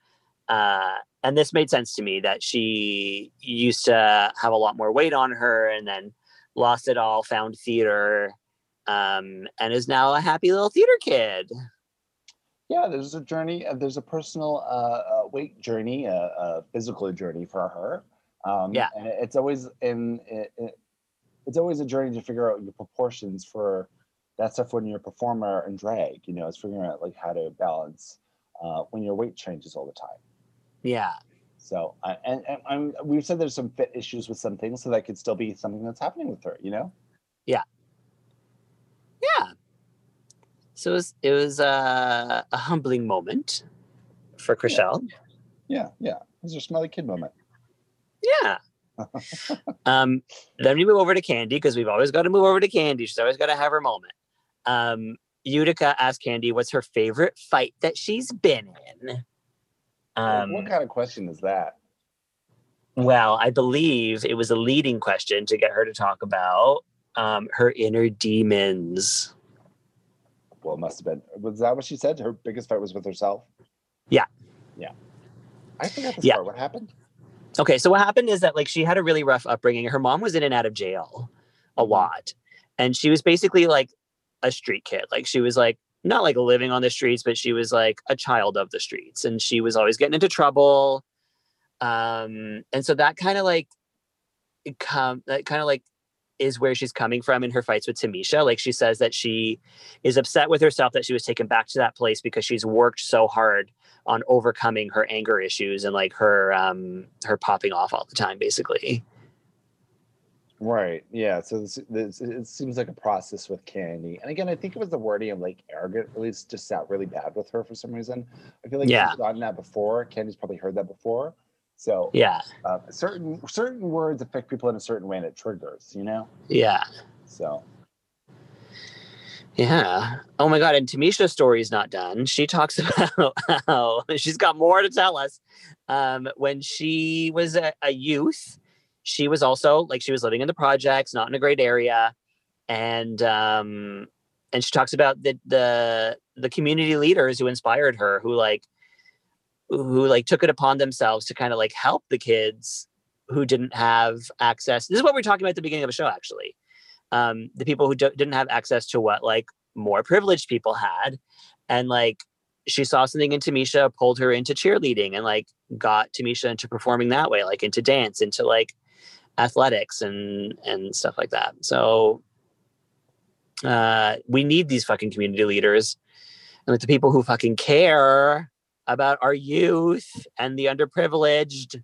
S3: Uh, and this made sense to me that she used to have a lot more weight on her, and then lost it all, found theater, um, and is now a happy little theater kid.
S1: Yeah, there's a journey. Uh, there's a personal uh, uh, weight journey, a uh, uh, physical journey for her. Um,
S3: Yeah.
S1: and it's always in. It, it, it's always a journey to figure out your proportions for that stuff when you're a performer and drag. You know, it's figuring out like how to balance uh, when your weight changes all the time.
S3: Yeah.
S1: So, I, and, and I'm, we've said there's some fit issues with some things, so that could still be something that's happening with her, you know?
S3: Yeah. So it was it was uh, a humbling moment for Chriselle.
S1: Yeah, yeah. It's your smelly kid moment.
S3: Yeah. [laughs] um, then we move over to Candy because we've always got to move over to Candy. She's always got to have her moment. Um, Utica asked Candy what's her favorite fight that she's been in.
S1: Like,
S3: Um,
S1: what kind of question is that?
S3: Well, I believe it was a leading question to get her to talk about um, her inner demons.
S1: Well, it must have been. Was that what she said? Her biggest fight was with herself?
S3: Yeah.
S1: Yeah. I forgot this
S3: Yeah.
S1: part. What happened?
S3: Okay, so what happened is that like she had a really rough upbringing. Her mom was in and out of jail a lot, and she was basically like a street kid. Like she was like not like living on the streets, but she was like a child of the streets, and she was always getting into trouble. Um, and so that kind of like it come that kind of like is where she's coming from in her fights with Tamisha. Like she says that she is upset with herself that she was taken back to that place because she's worked so hard on overcoming her anger issues and like her um her popping off all the time basically
S1: Right. Yeah. So this, this, it seems like a process with Candy. And again, I think it was the wording of like arrogant really just sat really bad with her for some reason. I feel like
S2: Yeah.
S1: she's gotten that before. Candy's probably heard that before. So
S2: Yeah.
S1: uh, certain certain words affect people in a certain way and it triggers, you know?
S2: Yeah.
S1: So
S2: Yeah. Oh my God. And Tamisha's story's not done. She talks [laughs] about how she's got more to tell us. Um, when she was a, a youth, she was also like she was living in the projects, not in a great area, and um, and she talks about the the the community leaders who inspired her, who like who like took it upon themselves to kind of like help the kids who didn't have access. This is what we we're talking about at the beginning of the show, actually um, the people who do- didn't have access to what like more privileged people had and like she saw something in tamisha pulled her into cheerleading and like got tamisha into performing that way like into dance into like athletics and and stuff like that so uh we need these fucking community leaders and like the people who fucking care about our youth and the underprivileged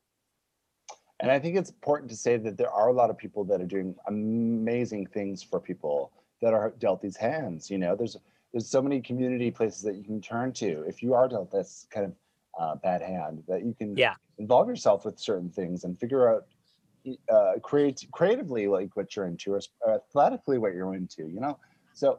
S1: and I think it's important to say that there are a lot of people that are doing amazing things for people that are dealt these hands. You know, there's there's so many community places that you can turn to if you are dealt this kind of uh, bad hand that you can
S2: Yeah.
S1: involve yourself with certain things and figure out uh, create creatively like what you're into or s- or athletically what you're into. You know, so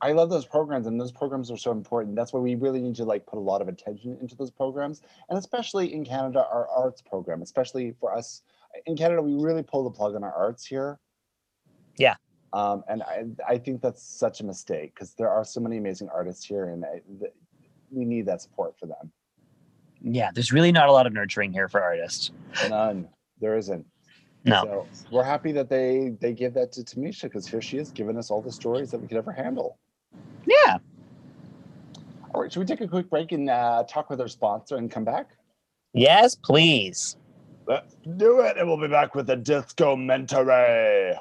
S1: I love those programs and those programs are so important. That's why we really need to like put a lot of attention into those programs and especially in Canada, our arts program, especially for us in Canada, we really pull the plug on our arts here.
S2: Yeah.
S1: Um, and I, I think that's such a mistake because there are so many amazing artists here, and I, th- we need that support for them.
S3: Yeah, there's really not a lot of nurturing here for artists.
S1: None, there isn't.
S3: No.
S1: So we're happy that they they give that to Tamisha because here she is giving us all the stories that we could ever handle.
S3: Yeah.
S1: All right, should we take a quick break and uh, talk with our sponsor and come back?
S3: Yes, please.
S1: Let's do it, and we'll be back with the disco mentory.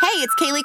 S5: Hey, it's Kaylee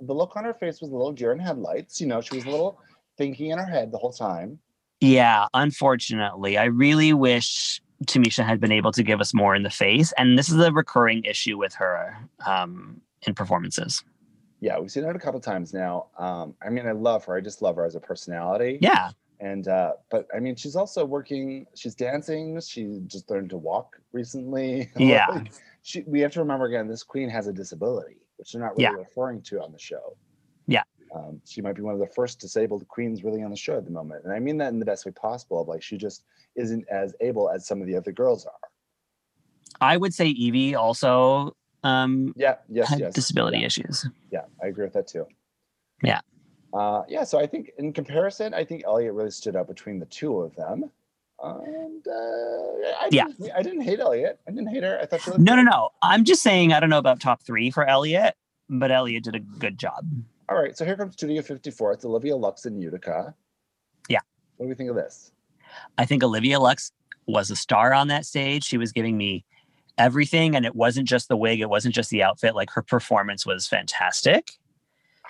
S1: the look on her face was a little deer in headlights. You know, she was a little thinking in her head the whole time.
S3: Yeah, unfortunately, I really wish Tamisha had been able to give us more in the face. And this is a recurring issue with her um, in performances.
S1: Yeah, we've seen her a couple times now. Um, I mean, I love her. I just love her as a personality.
S3: Yeah,
S1: and uh but i mean she's also working she's dancing she just learned to walk recently [laughs]
S3: Yeah.
S1: Like, she, we have to remember again this queen has a disability which they're not really referring to on the show
S3: Yeah.
S1: um, she might be one of the first disabled queens really on the show at the moment and i mean that in the best way possible of like she just isn't as able as some of the other girls are
S3: I would say Evie also um,
S1: yeah yes
S3: had
S1: yes
S3: disability
S1: yeah.
S3: issues.
S1: Yeah, I agree with that too.
S3: Yeah.
S1: Uh, yeah, so I think in comparison, I think Elliot really stood out between the two of them. And uh, I,
S3: Yeah.
S1: didn't, I didn't hate Elliot. I didn't hate her. I thought she looked
S3: No, no,
S1: good.
S3: no. I'm just saying I don't know about top three for Elliot, but Elliot did a good job.
S1: All right, so here comes Studio 54. It's Olivia Lux and Utica.
S3: Yeah.
S1: What do we think of this?
S3: I think Olivia Lux was a star on that stage. She was giving me everything, and it wasn't just the wig, it wasn't just the outfit. Like her performance was fantastic.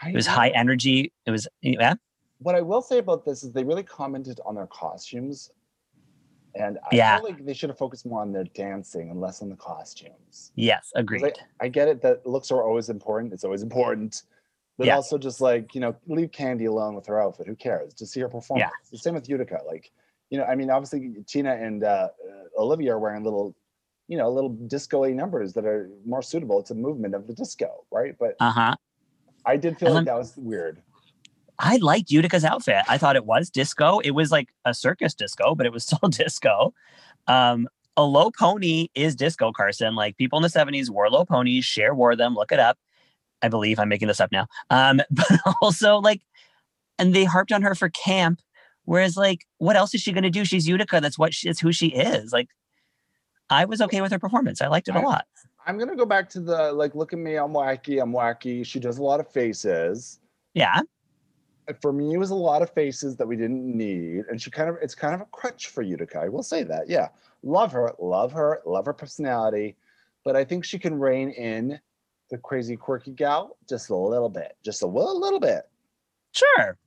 S1: I
S3: It was
S1: know-
S3: high energy. It was yeah,
S1: What I will say about this is they really commented on their costumes. And I
S3: Yeah.
S1: feel like they should have focused more on their dancing and less on the costumes.
S3: yes, agreed.
S1: Like, I get it that looks are always important. It's always important. But
S3: Yeah.
S1: also just like, you know, leave Candy alone with her outfit. Who cares? Just see her performance. The same with Utica. Like, you know, I mean, obviously Tina and uh, uh, Olivia are wearing little, you know, little disco-y numbers that are more suitable to movement of the disco, right? But
S3: Uh huh.
S1: I did feel
S3: and
S1: like
S3: then-
S1: that was weird.
S3: I liked Utica's outfit. I thought it was disco. It was like a circus disco, but it was [laughs] still disco. Um, a low pony is disco, Carson. Like people in the 70s wore low ponies. Cher wore them. Look it up. I believe I'm making this up now. Um, [laughs] but also, like, and they harped on her for camp. Whereas, like, what else is she going to do? She's Utica. That's what she, that's who she is. Like, I was okay with her performance. I liked it a
S1: I-
S3: lot.
S1: I'm gonna go back to the like, look at me, I'm wacky, I'm wacky. She does a lot of faces.
S3: Yeah.
S1: for me it was a lot of faces that we didn't need and she kind of it's kind of a crutch for utica i will say that yeah love her love her love her personality but i think she can rein in the crazy quirky gal just a little bit just a little, little bit
S3: Sure.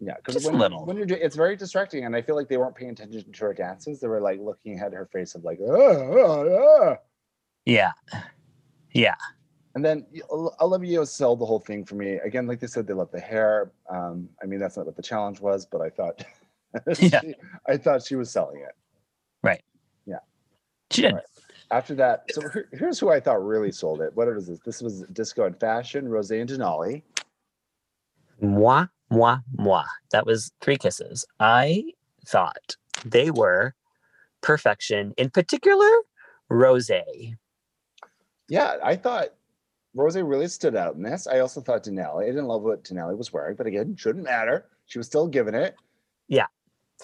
S1: yeah
S3: Just
S1: because
S3: a
S1: when,
S3: little.
S1: when you're doing it's very distracting and i feel like they weren't paying attention to her dances they were like looking at her face of like "Ah, ah, ah."
S3: Yeah.
S1: And then y- Ol- Olivia sold the whole thing for me. Again, like they said, they love the hair. Um, I mean, that's not what the challenge was, but I thought, [laughs]
S3: Yeah.
S1: she- I thought she was selling it.
S3: She did.
S1: Right. After that, so here- here's who I thought really sold it. What was this? This was Disco and Fashion, Rose and Denali.
S3: moi, moi, moi. That was three kisses. I thought they were perfection, in particular, rose.
S1: Yeah, I thought Rose really stood out in this. I also thought Denali. I didn't love what Denali was wearing, but again, shouldn't matter. She was still giving it.
S3: Yeah.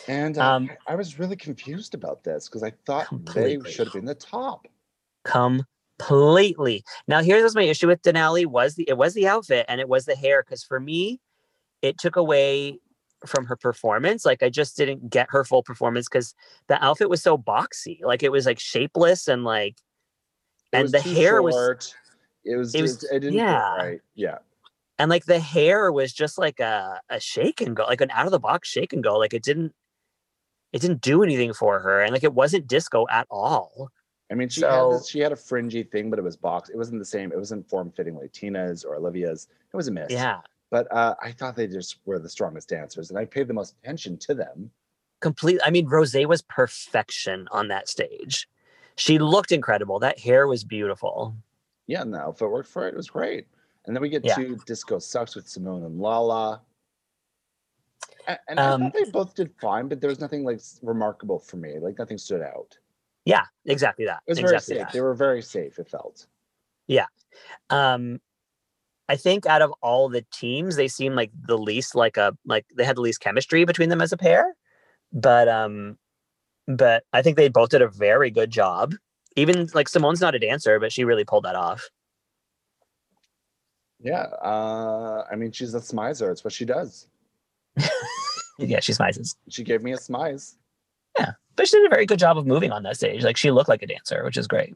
S1: And uh,
S3: Um,
S1: I was really confused about this because I thought they
S3: Completely.
S1: should have been the top.
S3: Completely. Now, here's was my issue with Denali was the it was the outfit and it was the hair because for me, it took away from her performance. Like I just didn't get her full performance because the outfit was so boxy. Like it was like shapeless and like
S1: It
S3: And
S1: was
S3: the
S1: too
S3: hair was-
S1: short. It was.
S3: it was-
S1: just, it didn't. Yeah.
S3: yeah.
S1: Right. Yeah.
S3: and like the hair was just like a, a shake and go like an out of the box shake and go like it didn't it didn't do anything for her and like it wasn't disco at all
S1: I mean, she
S6: So-
S1: had this, she had a fringy thing, but it was box. It wasn't the same. It wasn't form fitting like Tina's or Olivia's. It was a miss.
S3: Yeah.
S1: But uh, I thought they just were the strongest dancers, and I paid the most attention to them.
S3: Complete. I mean, Rose was perfection on that stage. She looked incredible. That hair was beautiful.
S1: Yeah, and the outfit worked for it. It was great. And then we get
S3: Yeah.
S1: to Disco Sucks with Simone and Lala. A- And
S3: Um,
S1: I thought they both did fine, but there was nothing like s- remarkable for me. Like nothing stood out.
S3: Yeah, exactly that.
S1: It was
S3: exactly
S1: very safe.
S3: that.
S1: They were very safe. It felt.
S3: um i think out of all the teams they seem like the least like a like they had the least chemistry between them as a pair but um but i think they both did a very good job even like simone's not a dancer but she really pulled that off
S1: Yeah. Uh, I mean, she's a smizer. It's what she does.
S3: yeah she smiles
S1: She gave me a smize.
S3: but she did a very good job of moving on that stage like she looked like a dancer which is great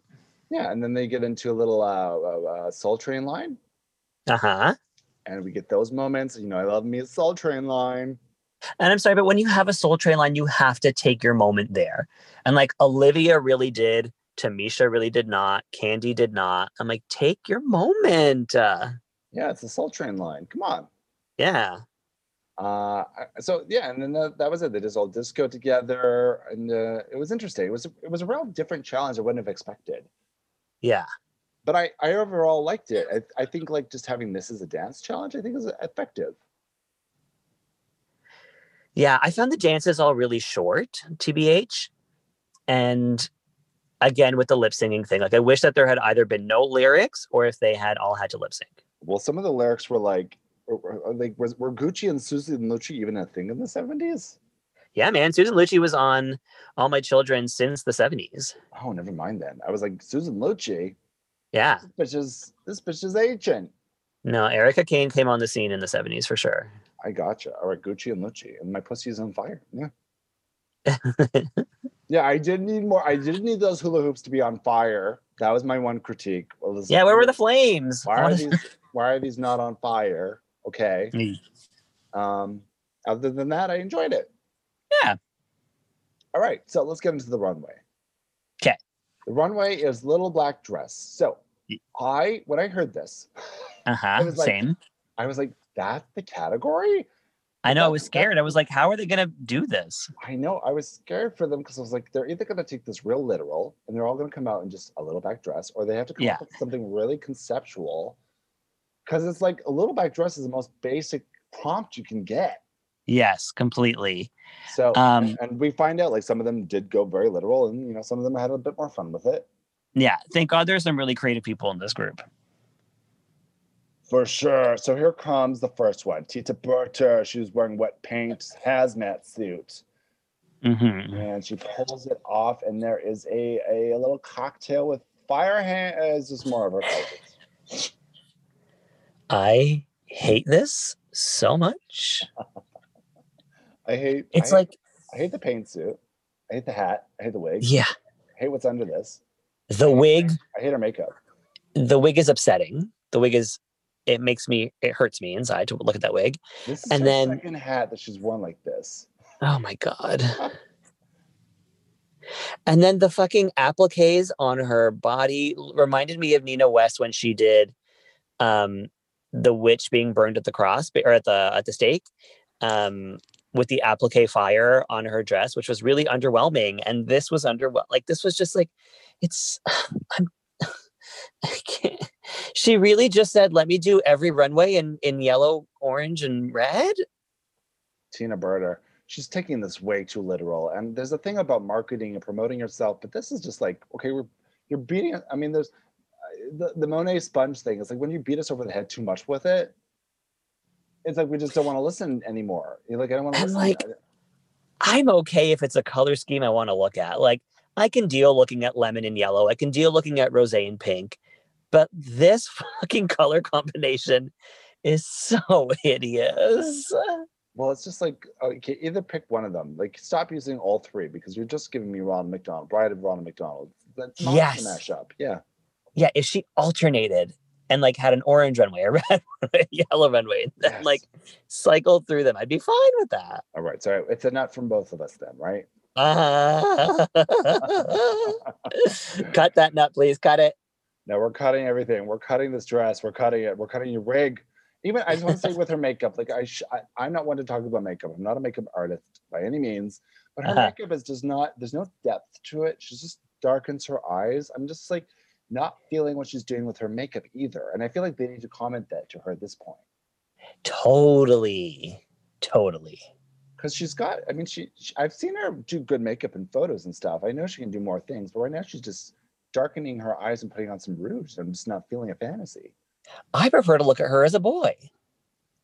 S1: Yeah, and then they get into a little uh, uh, uh, Soul Train line,
S3: uh-huh
S1: and we get those moments. You know, I love me a Soul Train line.
S3: And I'm sorry, but when you have a soul train line, you have to take your moment there. And like Olivia really did, Tamisha really did not, Candy did not. I'm like, take your moment. Uh,
S1: Yeah, it's a Soul Train line. Come on.
S3: yeah.
S1: Uh, I- so yeah, and then that, that was it. They just all disco together, and uh, it was interesting. It was it was a real different challenge I wouldn't have expected,
S3: Yeah.
S1: but I I overall liked it. I, I think like just having this as a dance challenge, I think is effective.
S3: Yeah. I found the dances all really short, TBH. And again, with the lip singing thing, like I wish that there had either been no lyrics or if they had all had to lip sync.
S1: Well, some of the lyrics were like, or- or- like was were Gucci and Susie Lucci even a thing in the seventies?
S3: Yeah, man. Susan Lucci was on All My Children since the 70s.
S1: Oh, never mind then. I was like Susan Lucci.
S3: Yeah.
S1: This bitch is this bitch is ancient.
S3: No, Erica Kane came on the scene in the 70s for sure.
S1: I gotcha. All right, Gucci and Lucci, and my pussy is on fire. Yeah.
S3: [laughs]
S1: yeah, I did need more. I did need those hula hoops to be on fire. That was my one critique. Well, this-
S3: Yeah, where were the flames?
S1: Why are these? Why are these not on fire? Okay.
S6: Mm.
S1: Um. Other than that, I enjoyed it.
S6: Yeah.
S1: All right, so let's get into the runway.
S6: 'Kay.
S1: The runway is little black dress. So,
S6: Y-
S1: I when I heard this, [sighs]
S6: Uh
S3: uh-huh,
S1: It
S6: huh.
S1: was like-
S6: Same.
S1: I was like, "That's the category."
S6: I know. I
S1: that-
S6: was
S1: that-
S6: scared. I was like, how are they gonna do this?
S1: I know. I was scared for them because I was like, they're either going to take this real literal and they're all going to come out in just a little back dress, or they have to come
S6: Yeah.
S1: up with something really conceptual. Because it's like a little back dress is the most basic prompt you can get.
S6: Yes, completely.
S1: So,
S6: Um,
S1: and we find out like some of them did go very literal, and you know some of them had a bit more fun with it
S6: Yeah. Thank God there's some really creative people in this group.
S1: for sure. So here comes the first one, Tita Berter. She was wearing wet paint, hazmat suit.
S6: Mm-hmm.
S1: and she pulls it off, and there is a a, little cocktail with fire hand. Uh, it's just more of her. focus.
S3: I hate this so much.
S1: I hate. I
S3: It's
S1: hate-
S3: like,
S1: I hate the paint suit. I hate the hat. I hate the wig.
S3: yeah,
S1: I hate what's under this.
S3: the wig,
S1: I hate her makeup.
S3: the wig is upsetting. The wig is, it makes me, it hurts me inside to look at that wig.
S1: This is
S3: And
S1: her
S3: then-
S1: second hat that she's worn like this.
S3: Oh my God. And then the fucking appliques on her body l- reminded me of Nina West when she did um the witch being burned at the cross b- or at the at the stake um with the applique fire on her dress which was really underwhelming and this was underwhelming like this was just like it's [sighs] I'm I can't. She really just said let me do every runway in in yellow, orange and red.
S1: Tina Burner. She's taking this way too literal. And there's a thing about marketing and promoting yourself, but this is just like, okay, we're you're beating. I mean, there's uh, the the Monet sponge thing. It's like when you beat us over the head too much with it, it's like we just don't want to listen anymore. You're like, I don't want to
S3: And
S1: listen.
S3: like- I'm okay if it's a color scheme I want to look at. Like I can deal looking at lemon and yellow. I can deal looking at rose and pink. But this [laughs] fucking color combination is so [laughs] hideous.
S1: well, it's just like okay, either pick one of them. Like, stop using all three because you're just giving me Ronald McDonald, Bride of Ronald McDonald. That's not
S3: Yes.
S1: a mashup. Yeah.
S3: Yeah, if she alternated and like had an orange runway, a [laughs] red runway, a yellow runway, and then
S1: Yes.
S3: like cycled through them, I'd be fine with that. [laughs]
S1: All right. So it's a nut from both of us then, right?
S3: Cut that nut, please. Cut it.
S1: No, we're cutting everything. We're cutting this dress. We're cutting it. We're cutting your wig. Even I just want to say with her makeup, like I, sh- I, am not one to talk about makeup. I'm not a makeup artist by any means, but her
S3: Uh-huh.
S1: makeup is does not. There's no depth to it. She just darkens her eyes. I'm just like not feeling what she's doing with her makeup either, and I feel like they need to comment that to her at this point
S3: Totally. Totally.
S1: because she's got. I mean, she, she. I've seen her do good makeup in photos and stuff. I know she can do more things, but right now she's just darkening her eyes and putting on some rouge. I'm just not feeling a fantasy.
S3: I prefer to look at her as a boy.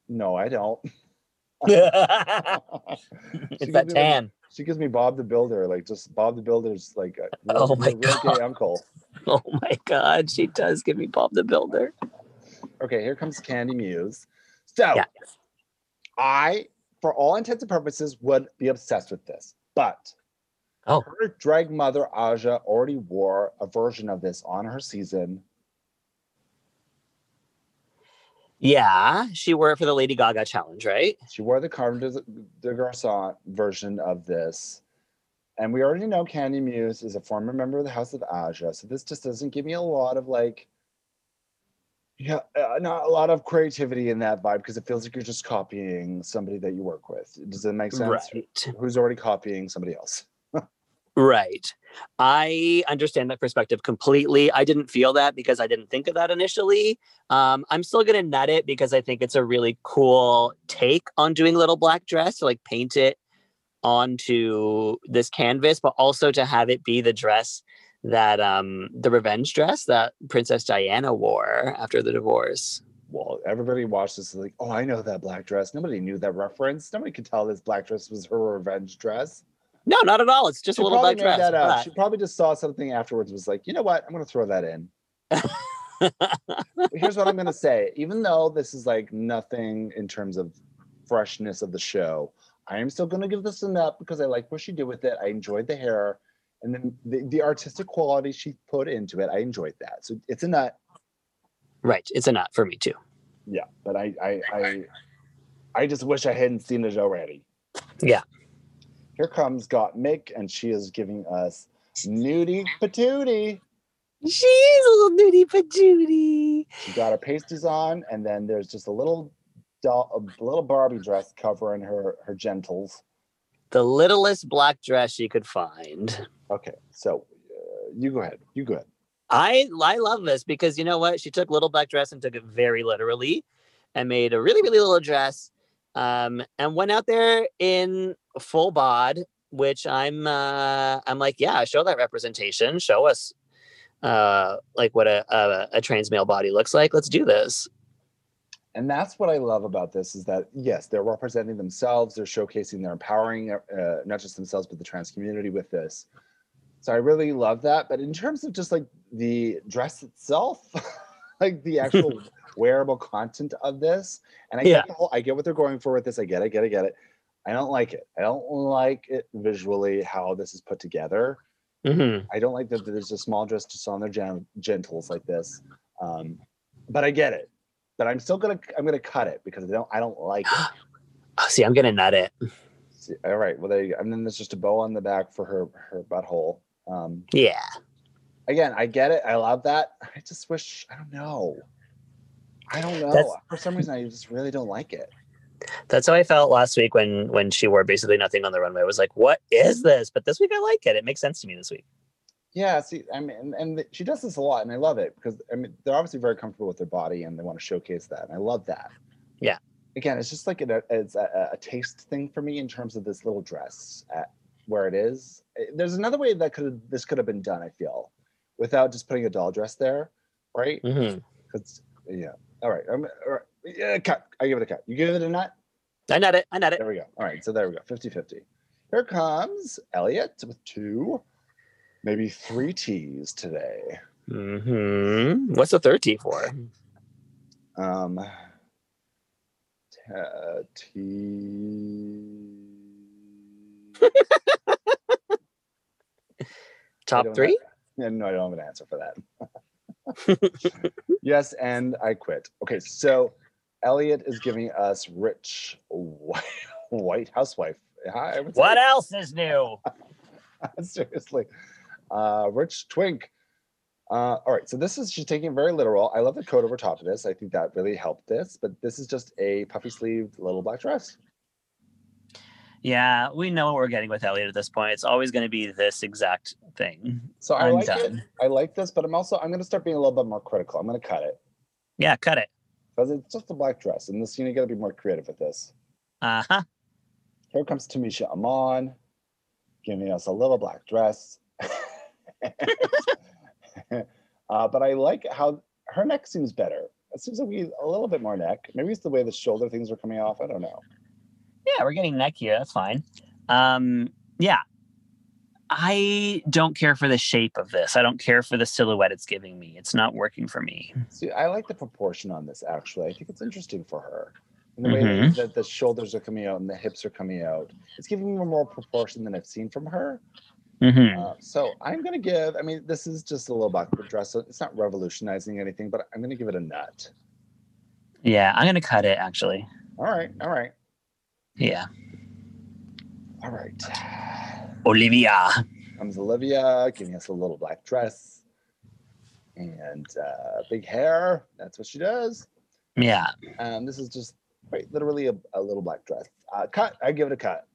S1: No, I don't.
S3: [laughs] it's
S1: [laughs] She
S3: that
S1: gives me, like,
S3: tan.
S1: She gives me Bob the Builder, like just Bob the Builder's like a
S3: [laughs] Oh
S1: real-
S3: my
S1: real
S3: God.
S1: gay uncle.
S3: Oh my God. She does give me Bob the Builder.
S1: Okay, here comes Candy Muse. So
S3: Yeah.
S1: I, for all intents and purposes, would be obsessed with this, but
S3: Oh.
S1: her drag mother Aja already wore a version of this on her season.
S3: Yeah. She wore it for the Lady Gaga challenge, right?
S1: She wore the Carmen de, de Garçon version of this. And we already know Candy Muse is a former member of the House of Aja. So this just doesn't give me a lot of like, yeah, uh, not a lot of creativity in that vibe because it feels like you're just copying somebody that you work with. Does that make sense?
S3: Right.
S1: Who's already copying somebody else?
S3: Right. I understand that perspective completely. I didn't feel that because I didn't think of that initially. Um, I'm still going to nut it because I think it's a really cool take on doing Little Black Dress to like paint it onto this canvas, but also to have it be the dress that um the revenge dress that princess diana wore after the divorce
S1: Well, everybody watched this and like, oh, I know that black dress. Nobody knew that reference. Nobody could tell this black dress was her revenge dress.
S3: no not at all it's just
S1: She
S3: a little
S1: probably
S3: black
S1: made
S3: dress
S1: that up.
S3: but-
S1: She probably just saw something afterwards. and Was like, you know what? I'm gonna throw
S3: [laughs]
S1: that in. But here's what I'm gonna say. Even though this is like nothing in terms of freshness of the show, I am still gonna give this a nut because I like what she did with it. I enjoyed the hair, and then the, the artistic quality she put into it. I enjoyed that. So it's a nut.
S3: right it's a nut for me too
S1: Yeah, but I I I, I just wish I hadn't seen it already.
S3: Yeah.
S1: Here comes Got Mick, and she is giving us nudie patootie.
S3: she's a little nudie patootie
S1: She got her pasties on, and then there's just a little doll, a little Barbie dress covering her her gentles.
S3: the littlest black dress she could find.
S1: Okay, so uh, you go ahead. You go ahead.
S3: I I love this because you know what? She took little black dress and took it very literally and made a really really little dress um and went out there in full bod which I'm uh I'm like yeah, show that representation, show us uh like what a a, a trans male body looks like. Let's do this.
S1: And that's what I love about this is that yes, they're representing themselves. They're showcasing, they're empowering uh, not just themselves but the trans community with this. So I really love that. But in terms of just like the dress itself, [laughs] like the actual wearable content of this, and I
S3: Yeah.
S1: get the whole, I get what they're going for with this. I get it. Get it. Get it. I don't like it. I don't like it visually how this is put together.
S3: Mhm.
S1: I don't like that there's a small dress just on their gen- gentles like this. Um, but I get it. But I'm still gonna I'm gonna cut it because I don't I don't like it.
S3: Oh, see, I'm going to nut it.
S1: See, all right, well there you go. And then there's just a bow on the back for her her butthole. Um,
S3: Yeah.
S1: again, I get it. I love that. I just wish I don't know. I don't know.
S3: That's-
S1: for some reason, I just really don't like it.
S3: That's how I felt last week when when she wore basically nothing on the runway. I was like, "What is this?" But this week I like it. It makes sense to me this week.
S1: Yeah, see, I mean, and, and she does this a lot, and I love it because I mean they're obviously very comfortable with their body and they want to showcase that, and I love that.
S3: Yeah.
S1: Again, it's just like an, it's a, a taste thing for me in terms of this little dress at where it is. Eh, There's another way that could this could have been done. I feel, without just putting a doll dress there, right?
S3: hmm
S1: 'Cause- yeah. All right. I'm, all right. Yeah, cut. I give it a cut. You give it a nut.
S3: I nut it. I nut it.
S1: There we go. All right. So there we go. 50 50. Here comes Elliot with two, maybe three T's today.
S3: hmm What's the third T for?
S1: Um, t- uh, T.
S3: Top
S1: don't
S3: three.
S1: Yeah, no, I don't have an answer for that. [laughs] yes, and I quit. Okay, so Elliot is giving us [laughs] rich white, white housewife. Hi, I would say-
S7: What else is new?
S1: [laughs] Seriously. Uh, Rich Twink. Uh, all right, so this is she's taking it very literal. I love the coat over top of this. I think that really helped this, but this is just a puffy sleeved little black dress.
S3: Yeah, we know what we're getting with Elliot at this point. It's always going to be this exact thing.
S1: So I
S3: I'm
S1: like
S3: done.
S1: it. I like this, but I'm also I'm gonna start being a little bit more critical. I'm gonna cut it
S3: Yeah, cut it.
S1: because it's just a black dress, and this you gotta be more creative with this.
S3: Uh huh.
S1: Here comes Tamisha Amon, giving us a little black dress. [laughs] uh, but I like how her neck seems better. It seems like we a little bit more neck. Maybe it's the way the shoulder things are coming off. I don't know.
S3: Yeah, we're getting neck here. That's fine. Um, yeah. I don't care for the shape of this. I don't care for the silhouette it's giving me. It's not working for me.
S1: See, I like the proportion on this actually. I think it's interesting for her. And the way
S3: Mhm.
S1: that the shoulders are coming out and the hips are coming out. It's giving me more proportion than I've seen from her.
S3: hmm
S1: Uh, so I'm gonna give. I mean, this is just a little black dress. So it's not revolutionizing anything, but I'm gonna give it a nut.
S3: Yeah, I'm gonna cut it actually.
S1: All right, all right,
S3: Yeah,
S1: all right.
S3: Olivia.
S1: Comes Olivia, giving us a little black dress and uh, big hair. That's what she does.
S3: Yeah,
S1: And this is just quite literally a, a little black dress. Uh, cut. I give it a cut.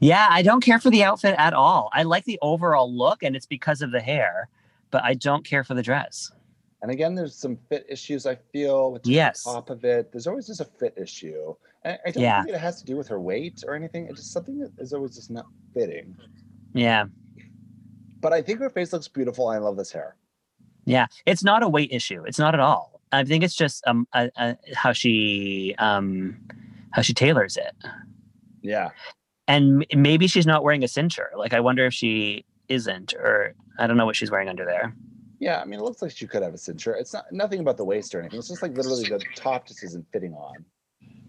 S3: yeah. I don't care for the outfit at all. I like the overall look, and it's because of the hair, but I don't care for the dress.
S1: And again, there's some fit issues I feel with just
S3: Yes.
S1: the top of it. There's always just a fit issue. And I don't
S3: Yeah.
S1: think it has to do with her weight or anything. It's just something that is always just not fitting.
S3: Yeah,
S1: But I think her face looks beautiful. I love this hair.
S3: yeah. It's not a weight issue. It's not at all. I think it's just um uh, uh, how she um how she tailors it,
S1: Yeah.
S3: and m- maybe she's not wearing a cincher. Like I wonder if she isn't, or I don't know what she's wearing under there.
S1: Yeah, I mean, it looks like she could have a cincher. It's not nothing about the waist or anything. It's just like literally the top just isn't fitting on.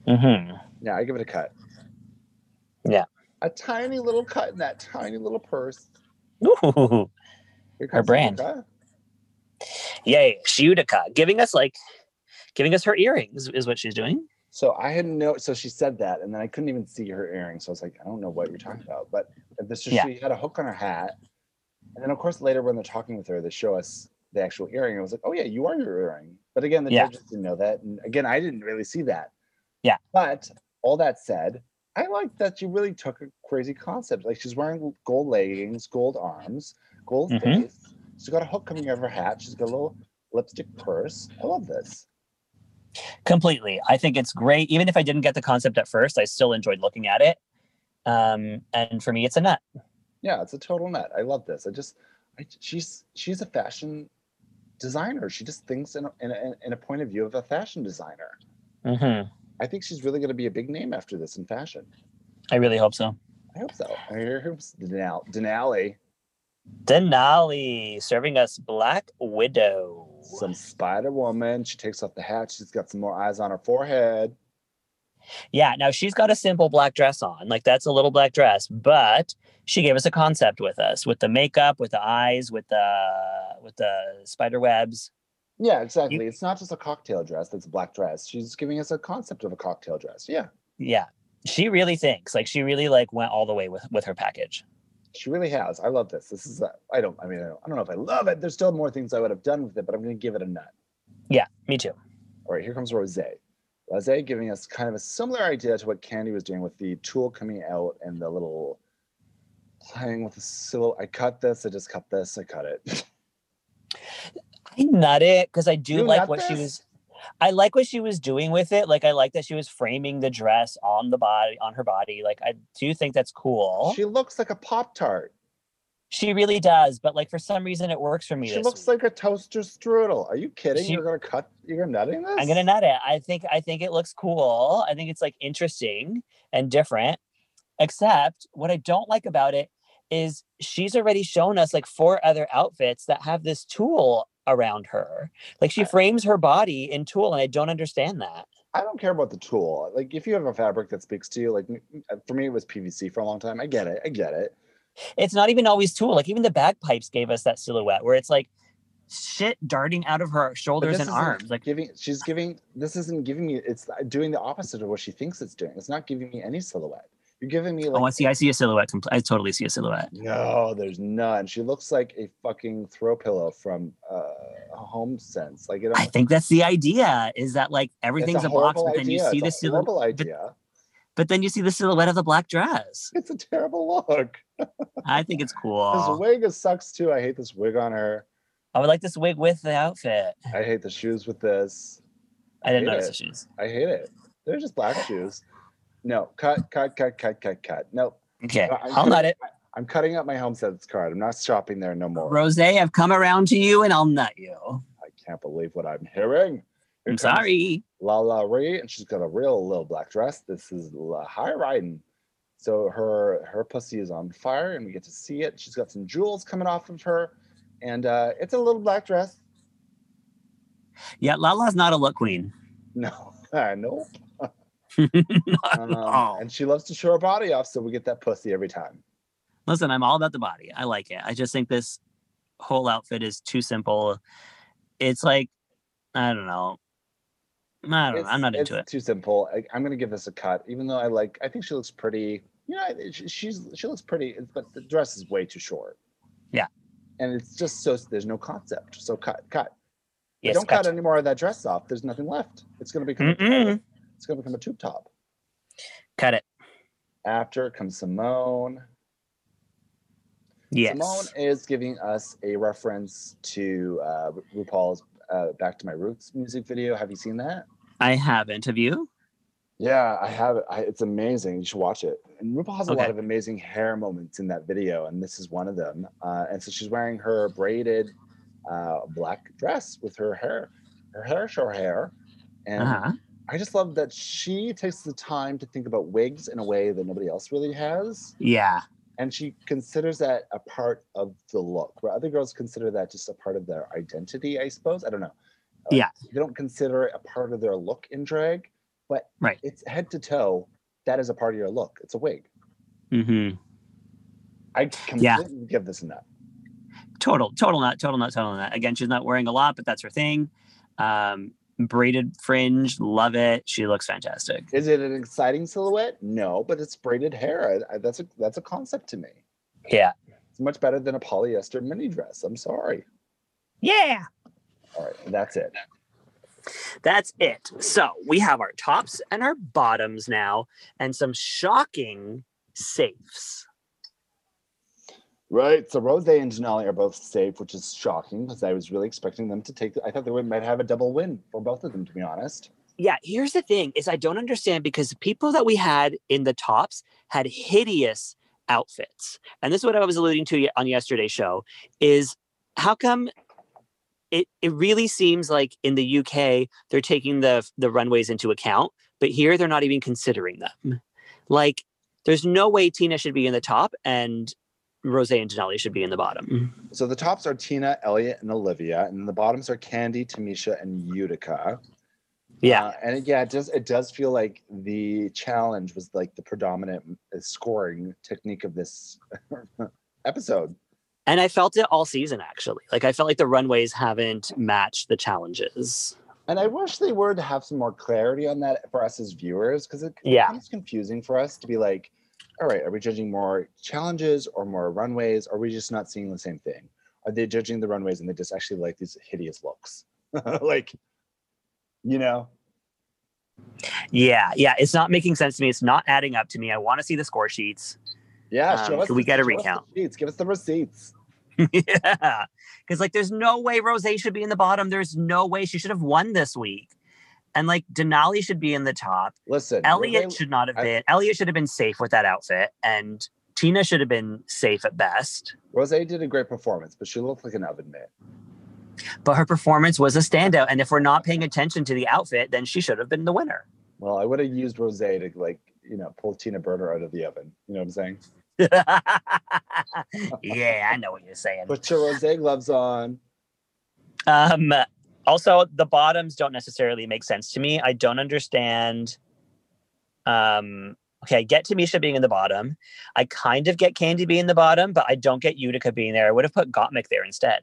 S3: Mm-hmm.
S1: Yeah, I give it a cut.
S3: Yeah.
S1: a tiny little cut in that tiny little purse.
S3: Ooh,
S1: Here
S3: Her brand.
S1: Utica.
S3: yay, Shiutica, giving us like giving us her earrings is what she's doing.
S1: So I had no. So she said that, and then I couldn't even see her earrings. So I was like, I don't know what you're talking about. But this,
S3: Mm. Yeah.
S1: she had a hook on her hat, and then of course later when they're talking with her, they show us the actual earring. I was like, oh yeah, you are your earring. But again, the
S3: Yeah.
S1: judges didn't know that, and again, I didn't really see that.
S3: Yeah.
S1: But all that said, I like that she really took a crazy concept. Like she's wearing gold leggings, gold arms, gold
S3: Mhm.
S1: face. She's got a hook coming out of her hat. She's got a little lipstick purse. I love this.
S3: completely i think it's great even if i didn't get the concept at first i still enjoyed looking at it um and for me it's a nut
S1: yeah it's a total nut i love this i just I, she's she's a fashion designer she just thinks in a, in, a, in a point of view of a fashion designer
S3: mm-hmm.
S1: i think she's really going to be a big name after this in fashion
S3: i really hope so
S1: i hope so I hear- here's denali, denali
S3: denali serving us black widow
S1: some spider woman she takes off the hat she's got some more eyes on her forehead
S3: yeah now she's got a simple black dress on like that's a little black dress but she gave us a concept with us with the makeup with the eyes with the with the spider webs
S1: yeah exactly it's not just a cocktail dress that's a black dress she's giving us a concept of a cocktail dress yeah
S3: yeah she really thinks like she really like went all the way with with her package
S1: she really has i love this this is a, i don't i mean I don't, I don't know if i love it there's still more things i would have done with it but i'm going to give it a nut
S3: yeah me too
S1: All right, here comes Rose. Rose giving us kind of a similar idea to what Candy was doing with the tool coming out and the little playing with the silhouette. I cut this, I just cut this, I cut it.
S3: I nut it because I do
S1: You
S3: like
S1: nut
S3: what she
S1: this?
S3: was. I like what she was doing with it. Like I like that she was framing the dress on the body on her body. Like I do think that's cool. She,
S1: She looks like a Pop Tart.
S3: really does, but like for some reason it works for me.
S1: She
S3: this
S1: looks
S3: week.
S1: like a toaster strudel. Are you kidding?
S3: She-
S1: you're gonna cut you're nutting this?
S3: I'm gonna nut it. I think I think it looks cool. I think it's like interesting and different. Except what I don't like about it is she's already shown us like four other outfits that have this tool around her. Like she frames her body in tulle, and I don't understand that.
S1: I don't care about the tool. Like if you have a fabric that speaks to you, like m- m- for me it was PVC for a long time. I get it, I get it.
S3: it's not even always tulle. Like even the bagpipes gave us that silhouette where it's like shit darting out of her
S1: But
S3: shoulders
S1: this
S3: and
S1: isn't
S3: arms. Like
S1: giving she's giving this isn't giving me it's doing the opposite of what she thinks it's doing. It's not giving me any silhouette. You're giving me [laughs] like
S3: Oh, I see. I see a silhouette. compl- I totally see a silhouette.
S1: No, there's none. She looks like a fucking throw pillow from uh, Home Sense. Like it,
S3: I think that's the idea. Is that like
S1: it's
S3: everything's a, box,
S1: horrible
S3: but then you
S1: idea.
S3: see the
S1: it's a
S3: silhouette.
S1: horrible idea.
S3: But then you see the silhouette of the black dress.
S1: It's a terrible look.
S3: I think it's
S1: [laughs] This
S3: cool.
S1: wig is sucks too. I hate this wig on her.
S3: I would like this wig with the outfit.
S1: I hate the shoes with this.
S3: I didn't
S1: hate
S3: notice
S1: it.
S3: the shoes.
S1: I hate it. They're just black shoes. No, cut, cut, cut, cut, cut, cut. Nope.
S3: Okay,
S1: I- I'm
S3: I'll nut it.
S1: I'm cutting up my Home Sense card. I'm not shopping there no more.
S3: Rose, I've come around to you and I'll nut you.
S1: I can't believe what I'm hearing. Here
S3: I'm
S1: comes
S3: sorry.
S1: La La Ree, and she's got a real little black dress. This is la high riding. So her her pussy is on fire, and we get to see it. She's got some jewels coming off of her, and uh, it's a little black dress. [laughs]
S3: Yeah, Lala's not a look queen.
S1: No,
S3: [laughs]
S1: I know. Um,
S3: all.
S1: and she loves to show her body off, so we get that pussy every time.
S3: Listen, I'm all about the body. I like it. I just think this whole outfit is too simple. It's like, I don't know. I don't know. I'm not into
S1: it's
S3: it.
S1: Too simple. I, I'm gonna give this a cut, even though I like. I think she looks pretty. You know, I- she, she's she looks pretty, but the dress is way too short.
S3: Yeah.
S1: and it's just so there's no concept. So cut, cut. They
S3: Yes,
S1: don't cut
S3: gotcha.
S1: any more of that dress off. There's nothing left. It's gonna become
S3: Mm-mm.
S1: it's gonna become a tube top.
S3: Cut it.
S1: After comes Simone.
S3: Yes.
S1: Simone is giving us a reference to uh, Ru- RuPaul's uh, "Back to My Roots" music video. Have you seen that?
S3: I haven't. Have you?
S1: Yeah, I have. it. I, it's amazing. You should watch it. And RuPaul has a lot
S3: Okay.
S1: of amazing hair moments in that video, and this is one of them. Uh, and so she's wearing her braided uh, black dress with her hair, her hair, short hair, and
S3: Uh huh.
S1: I just love that she takes the time to think about wigs in a way that nobody else really has.
S3: Yeah.
S1: And she considers that a part of the look, where other girls consider that just a part of their identity, I suppose. I don't know. Uh,
S3: Yeah.
S1: They don't consider it a part of their look in drag, but
S3: Right.
S1: it's head to toe. That is a part of your look. It's a wig.
S3: Mm hmm.
S1: I completely give this a nut.
S3: Total, total nut, total nut, total nut. Again, she's not wearing a lot, but that's her thing. Um, braided fringe. Love it. She looks fantastic.
S1: Is it an exciting silhouette? No, but it's braided hair. I, I, that's a that's a concept to me.
S3: Yeah.
S1: It's much better than a polyester mini dress. I'm sorry.
S3: Yeah.
S1: All right, that's it.
S3: That's it. So we have our tops and our bottoms now, and some shocking safes.
S1: Right. So Rose and Denali are both safe, which is shocking because I was really expecting them to take. I thought they would, might have a double win for both of them, to be honest.
S3: Yeah, here's the thing is I don't understand because the people that we had in the tops had hideous outfits. And this is what I was alluding to ye- on yesterday's show is how come it, it really seems like in the UK they're taking the the runways into account, but here they're not even considering them. Like there's no way Tina should be in the top and Rose and Denali should be in the bottom.
S1: So the tops are Tina, Elliot, and Olivia, and the bottoms are Candy, Tamisha, and Utica.
S3: Yeah.
S1: Uh, and it, yeah, it does. It does feel like the challenge was like the predominant uh, scoring technique of this [laughs] episode.
S3: And I felt it all season, actually. Like, I felt like the runways haven't matched the challenges.
S1: And I wish they were to have some more clarity on that for us as viewers, because it
S3: Yeah.
S1: becomes confusing for us to be like, all right, are we judging more challenges or more runways? Are we just not seeing the same thing? Are they judging the runways and they just actually like these hideous looks? [laughs] like, you know,
S3: Yeah. Yeah. It's not making sense to me. It's not adding up to me. I want to see the score sheets. [laughs]
S1: yeah.
S3: Um, can we get a
S1: show us the
S3: recount?
S1: receipts. Give us the receipts.
S3: yeah. Because, like, there's no way Rose should be in the bottom. There's no way she should have won this week. And, like, Denali should be in the top.
S1: Listen,
S3: Elliot
S1: runway-
S3: should not have
S1: I-
S3: been. Elliot should have been safe with that outfit. And Tina should have been safe at best.
S1: Rose did a great performance, but she looked like an oven mitt.
S3: But her performance was a standout. And if we're not paying attention to the outfit, then she should have been the winner. [laughs]
S1: Well, I would have used Rose to like, you know, pull Tina Burner out of the oven. You know what I'm saying?
S3: yeah, I know what you're saying.
S1: Put your Rose gloves on.
S3: Um, also, the bottoms don't necessarily make sense to me. I don't understand. Um, okay, I get Tamisha being in the bottom. I kind of get Candy being in the bottom, but I don't get Utica being there. I would have put Gottmik there instead.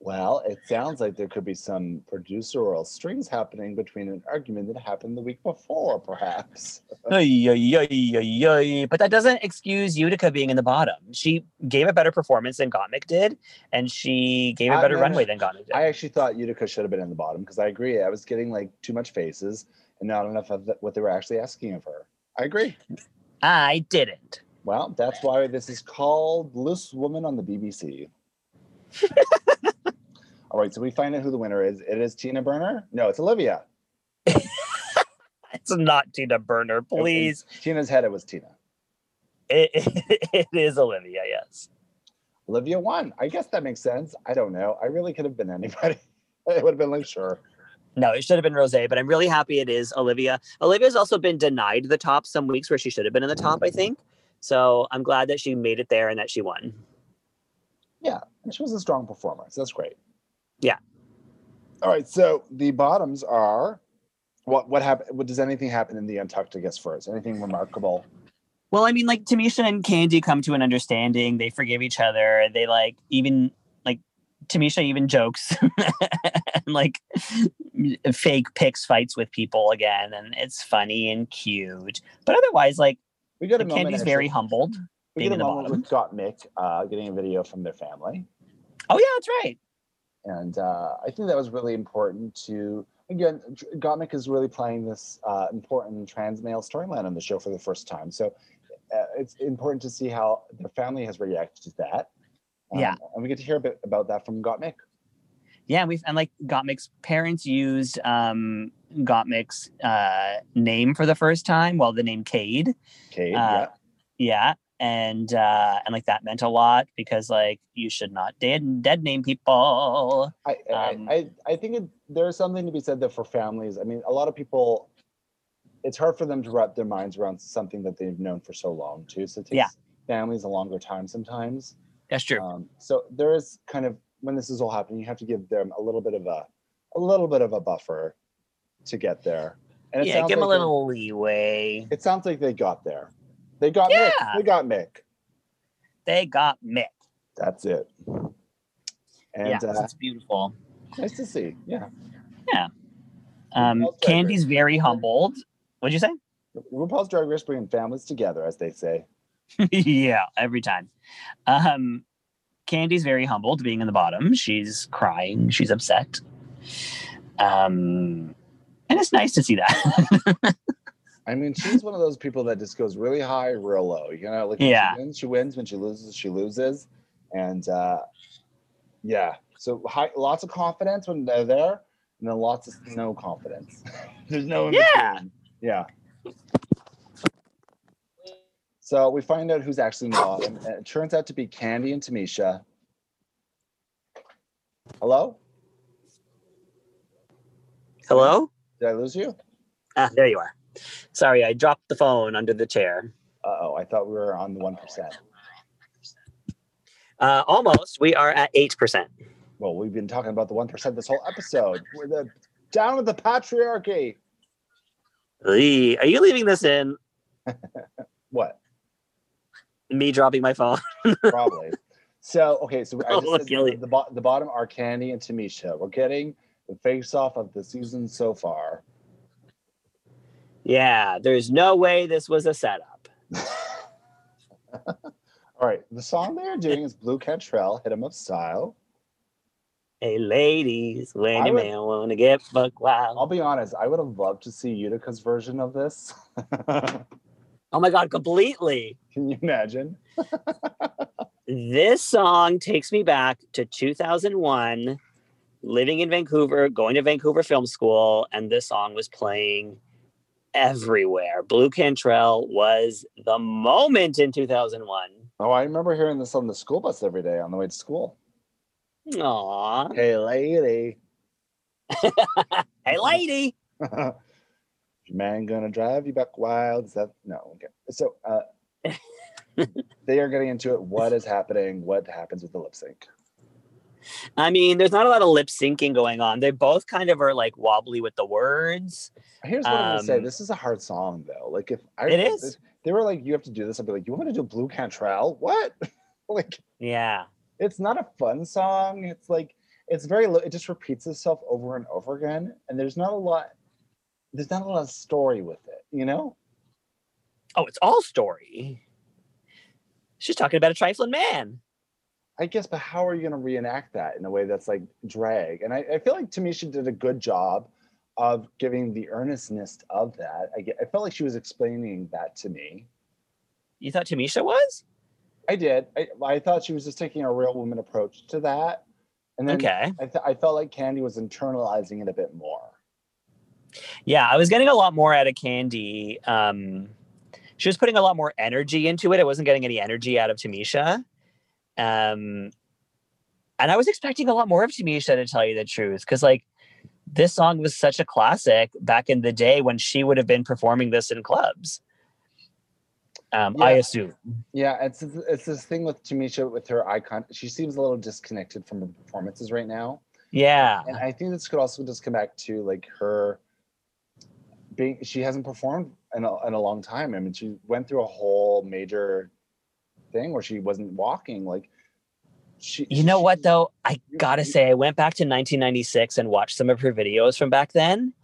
S1: Well, it sounds like there could be some producerial strings happening between an argument that happened the week before, perhaps.
S3: Ay, ay, ay, ay, ay. But that doesn't excuse Utica being in the bottom. She gave a better performance than Gottmik did, and she gave a
S1: I
S3: better
S1: know.
S3: runway than Gottmik did.
S1: I actually thought Utica should have been in the bottom because I agree. I was getting like too much faces and not enough of the, what they were actually asking of her. I agree.
S3: I didn't.
S1: Well, that's why this is called Loose Woman on the [laughs] BBC. All right, so we find out who the winner is. It is Tina Burner. No, it's Olivia.
S3: It's not Tina Burner, please.
S1: Tina's head, it was Tina.
S3: It, [laughs] it is Olivia, yes.
S1: Olivia won. I guess that makes sense. I don't know. I really could have been anybody. [laughs] it would have been like, sure.
S3: No, it should have been Rose, but I'm really happy it is Olivia. Olivia's also been denied the top some weeks where she should have been in the top, I think. So I'm glad that she made it there and that she won.
S1: And she was a strong performer, so that's great.
S3: Yeah.
S1: All right, so the bottoms are what what happened what does anything happen in the untucked I guess first? Anything remarkable?
S3: Well, I mean, like Tamisha and Candy come to an understanding. They forgive each other. They like even like Tamisha even jokes [laughs] and like fake picks fights with people again, and it's funny and cute. But otherwise, like
S1: We got a moment.
S3: Candy's
S1: actually-
S3: very humbled.
S1: we get
S3: being
S1: a
S3: in the
S1: moment with Gottmik uh, getting a video from their family.
S3: Oh yeah, that's right.
S1: And uh, I think that was really important to again, Tr- Gottmik is really playing this uh, important trans male storyline on the show for the first time. So uh, it's important to see how their family has reacted to that. Um,
S3: Yeah.
S1: and we get to hear a bit about that from Gottmik.
S3: Yeah, and we've and like Gottmik's parents used um Gottmik's uh name for the first time. Well, the name Cade.
S1: Cade,
S3: Uh, yeah and uh and like that meant a lot because like you should not dead dead name people
S1: I, I-
S3: Um,
S1: I, I think it, there's something to be said there for families. I mean, a lot of people, it's hard for them to wrap their minds around something that they've known for so long, too. So it takes
S3: Yeah.
S1: families a longer time sometimes.
S3: that's true
S1: Um, so there is kind of when this is all happening, you have to give them a little bit of a, a little bit of a buffer to get there. And
S3: yeah
S1: sounds
S3: give him a
S1: like they-
S3: little leeway
S1: it sounds like they got there. They got Mick.
S3: Yeah.
S1: They got Mick.
S3: they got mick
S1: That's it. And
S3: yeah
S1: uh,
S3: it's beautiful
S1: nice to see. Yeah.
S3: um
S1: Well, sorry,
S3: candy's very humbled what'd you say
S1: RuPaul's Drag Race bringing families together, as they say.
S3: [laughs] yeah, every time. Um, Candy's very humbled being in the bottom. She's crying. She's upset. Um, and it's nice to see that. [laughs]
S1: I mean, she's one of those people that just goes really high, real low. You know, like
S3: Yeah.
S1: when she wins, she wins. When she loses, she loses. And uh, yeah, so high, lots of confidence when they're there, and then lots of no confidence. [laughs] There's no in
S3: Yeah.
S1: between. Yeah. So we find out who's actually in the bottom. and It turns out to be Candy and Tamisha. Hello?
S2: Hello?
S1: Did I lose you?
S3: ah, there you are. Sorry, I dropped the phone under the chair.
S1: Uh oh, I thought we were on the 1%.
S3: Uh, almost. We are at eight percent.
S1: well, we've been talking about the one percent this whole episode. We're the down with the patriarchy.
S3: Are you leaving this in?
S1: What?
S3: Me dropping my phone. [laughs]
S1: Probably. so okay, so I
S3: Oh,
S1: just said
S3: Gilly.
S1: the, bo- the bottom are Candy and Tamisha. We're getting the face off of the season so far.
S3: Yeah, there's no way this was a setup.
S1: All right, the song they are doing is Blue Cantrell, "Hit 'Em Up Style."
S3: Hey, ladies, when
S1: I
S3: a
S1: would-
S3: man wanna get fucked
S1: I'll
S3: wild.
S1: be honest, I would have loved to see Utica's version of this. [laughs]
S3: Oh my god, completely.
S1: Can you imagine?
S3: this song takes me back to 2001 living in vancouver going to vancouver film school and this song was playing everywhere blue cantrell was the moment in 2001
S1: Oh, I remember hearing this on the school bus every day on the way to school.
S3: Aw.
S1: Hey, lady.
S3: hey lady
S1: Your man gonna drive you back wild. Is that no? Okay. So uh,
S3: [laughs]
S1: they are getting into it. What is happening? What happens with the lip sync?
S3: i mean there's not a lot of lip syncing going on they both kind of are like wobbly with the words
S1: Here's what I'm gonna say.
S3: Um,
S1: This is a hard song though. Like if I
S3: It is.
S1: if they were like, you have to do this. I'd be like, you want me to do Blue Cantrell? What? [laughs] like
S3: yeah
S1: it's not a fun song. It's like it's very lo- it just repeats itself over and over again and there's not a lot there's not a lot of story with it you know
S3: Oh, it's all story. She's talking about a trifling man.
S1: i guess but how are you going to reenact that in a way that's like drag and i, I feel like tamisha did a good job of giving the earnestness of that I, get, I felt like she was explaining that to me
S3: You thought Tamisha was?
S1: i did i, I thought she was just taking a real woman approach to that and then
S3: Okay.
S1: I, th- I felt like candy was internalizing it a bit more
S3: Yeah, I was getting a lot more out of Candy. Um, she was putting a lot more energy into it. I wasn't getting any energy out of Tamisha. Um, and I was expecting a lot more of Tamisha to tell you the truth. Cause like this song was such a classic back in the day when she would have been performing this in clubs. Um, I
S1: Yeah.
S3: assume.
S1: Yeah, it's it's this thing with Tamisha with her icon. She seems a little disconnected from her performances right now,
S3: Yeah.
S1: and I think this could also just come back to like her being. She hasn't performed in a, in a long time. I mean, she went through a whole major thing where she wasn't walking. Like she,
S3: You know
S1: she-
S3: what though? I
S1: You-
S3: gotta
S1: you-
S3: say, I went back to 1996 and watched some of her videos from back then,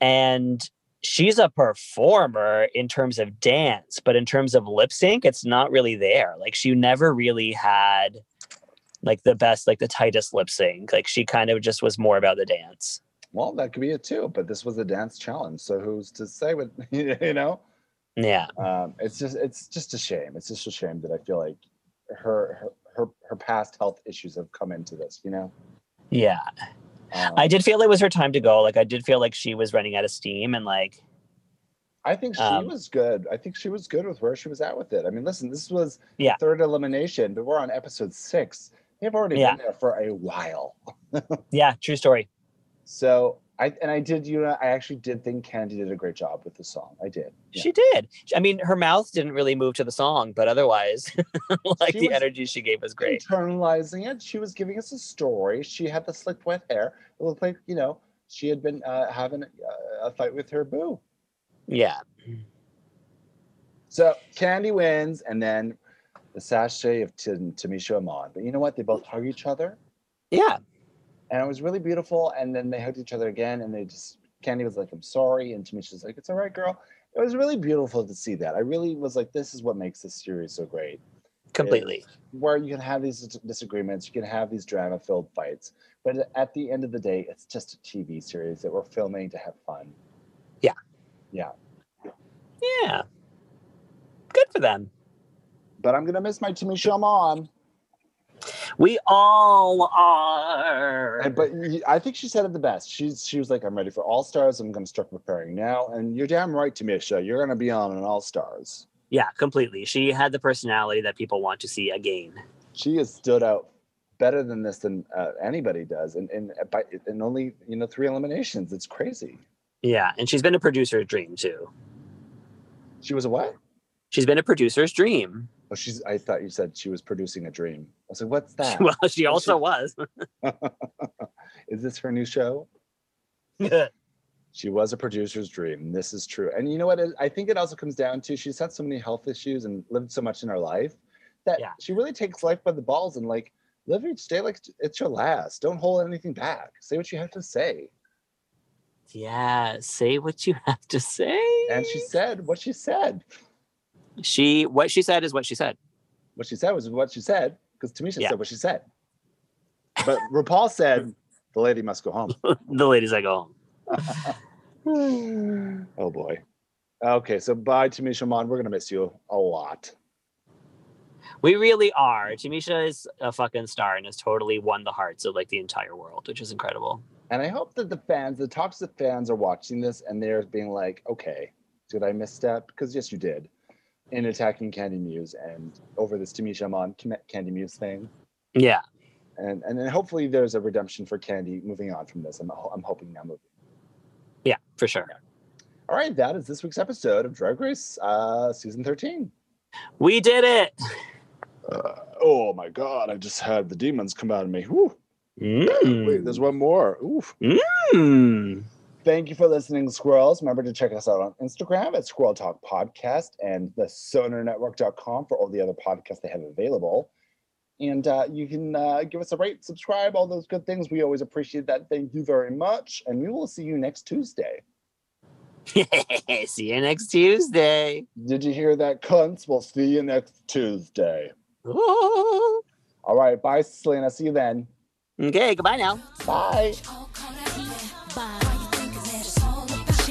S3: and she's a performer in terms of dance, but in terms of lip sync, it's not really there. Like she never really had like the best, like the tightest lip sync. Like she kind of just was more about the dance.
S1: Well, that could be it too. But this was a dance challenge, so who's to say what [laughs] you know?
S3: Yeah,
S1: um, it's just it's just a shame. It's just a shame that I feel like her her her, her past health issues have come into this. You know,
S3: yeah.
S1: um,
S3: I did feel it was her time to go. Like I did feel like she was running out of steam, and like
S1: I think she
S3: um,
S1: was good. I think she was good with where she was at with it. I mean, listen, this was
S3: Yeah.
S1: third elimination, but we're on episode six. They've already
S3: Yeah.
S1: been there for a while.
S3: yeah, true story.
S1: So I and I did. You know, I actually did think Candy did a great job with the song. I did. Yeah.
S3: She did. I mean, her mouth didn't really move to the song, but otherwise, [laughs] like
S1: She
S3: the
S1: was-
S3: energy she gave was great.
S1: internalizing it. She was giving us a story. She had the slicked wet hair. It looked like you know she had been uh, having uh, a fight with her boo.
S3: Yeah.
S1: So Candy wins, and then the sachet of Tim, Tamisha Amon. But you know what? They both hug each other,
S3: Yeah.
S1: and it was really beautiful. And then they hugged each other again, and they just Candy was like, "I'm sorry," and Tamisha's like, "It's all right, girl." It was really beautiful to see that. I really was like, "This is what makes this series so great."
S3: Completely.
S1: Where you can have these dis- disagreements, you can have these drama-filled fights, but at the end of the day, it's just a TV series that we're filming to have fun.
S3: Yeah. Good for them.
S1: But I'm gonna miss my Tamisha Amon.
S3: We all are.
S1: Uh, But y- I think she said it the best. She's she was like, "I'm ready for All Stars. I'm going to start preparing now." And you're damn right, Tamisha. You're going to be on an All Stars.
S3: yeah, completely. She had the personality that people want to see again.
S1: She has stood out better than this than uh, anybody does, and and by and only you know three eliminations. It's crazy.
S3: Yeah. And she's been a producer's dream too.
S1: She was a what?
S3: She's been a producer's dream.
S1: Oh, she's. I thought you said she was producing a dream. I was like, "What's that?
S3: [laughs] well, she also was. [laughs]
S1: [laughs] Is this her new show?" She was a producer's dream. This is true. And you know what? it- I think it also comes down to she's had so many health issues and lived so much in her life that
S3: Yeah.
S1: she really takes life by the balls and like live each day like it's your last. Don't hold anything back. Say what you have to say.
S3: yeah. Say what you have to say.
S1: And she said what she said.
S3: she, what she said is what she said.
S1: What she said was what she said because Tamisha
S3: Yeah.
S1: said what she said. But RuPaul said the lady must go home.
S3: the ladies I go home.
S1: Oh boy. Okay, so bye, Tamisha Mon. We're gonna miss you a lot.
S3: We really are. Tamisha is a fucking star and has totally won the hearts of like the entire world, which is incredible.
S1: And I hope that the fans, the toxic fans, are watching this and they're being like, okay, did I misstep? Because yes, you did, in attacking Candy Muse and over this Tamisha Amon Can- Candy Muse thing.
S3: Yeah.
S1: And and then hopefully there's a redemption for Candy moving on from this. I'm ho- I'm hoping now moving.
S3: Yeah, for sure.
S1: All right, that is this week's episode of Drag Race uh, season 13.
S3: We did it.
S1: Oh my God! I just had the demons come out of me. Whew.
S3: Hmm.
S1: Wait, there's one more. Oof.
S3: [laughs] Mm.
S1: Thank you for listening, squirrels. Remember to check us out on Instagram at Squirrel Talk Podcast and the sonarnetwork.com for all the other podcasts they have available. And uh, you can uh, give us a rate, subscribe, all those good things. We always appreciate that. Thank you very much. And we will see you next Tuesday.
S2: see you next Tuesday.
S1: Did you hear that, cunts? We'll see you next Tuesday.
S2: Ooh.
S1: All right. Bye, Selena. See you then.
S2: Okay, goodbye now.
S1: Bye.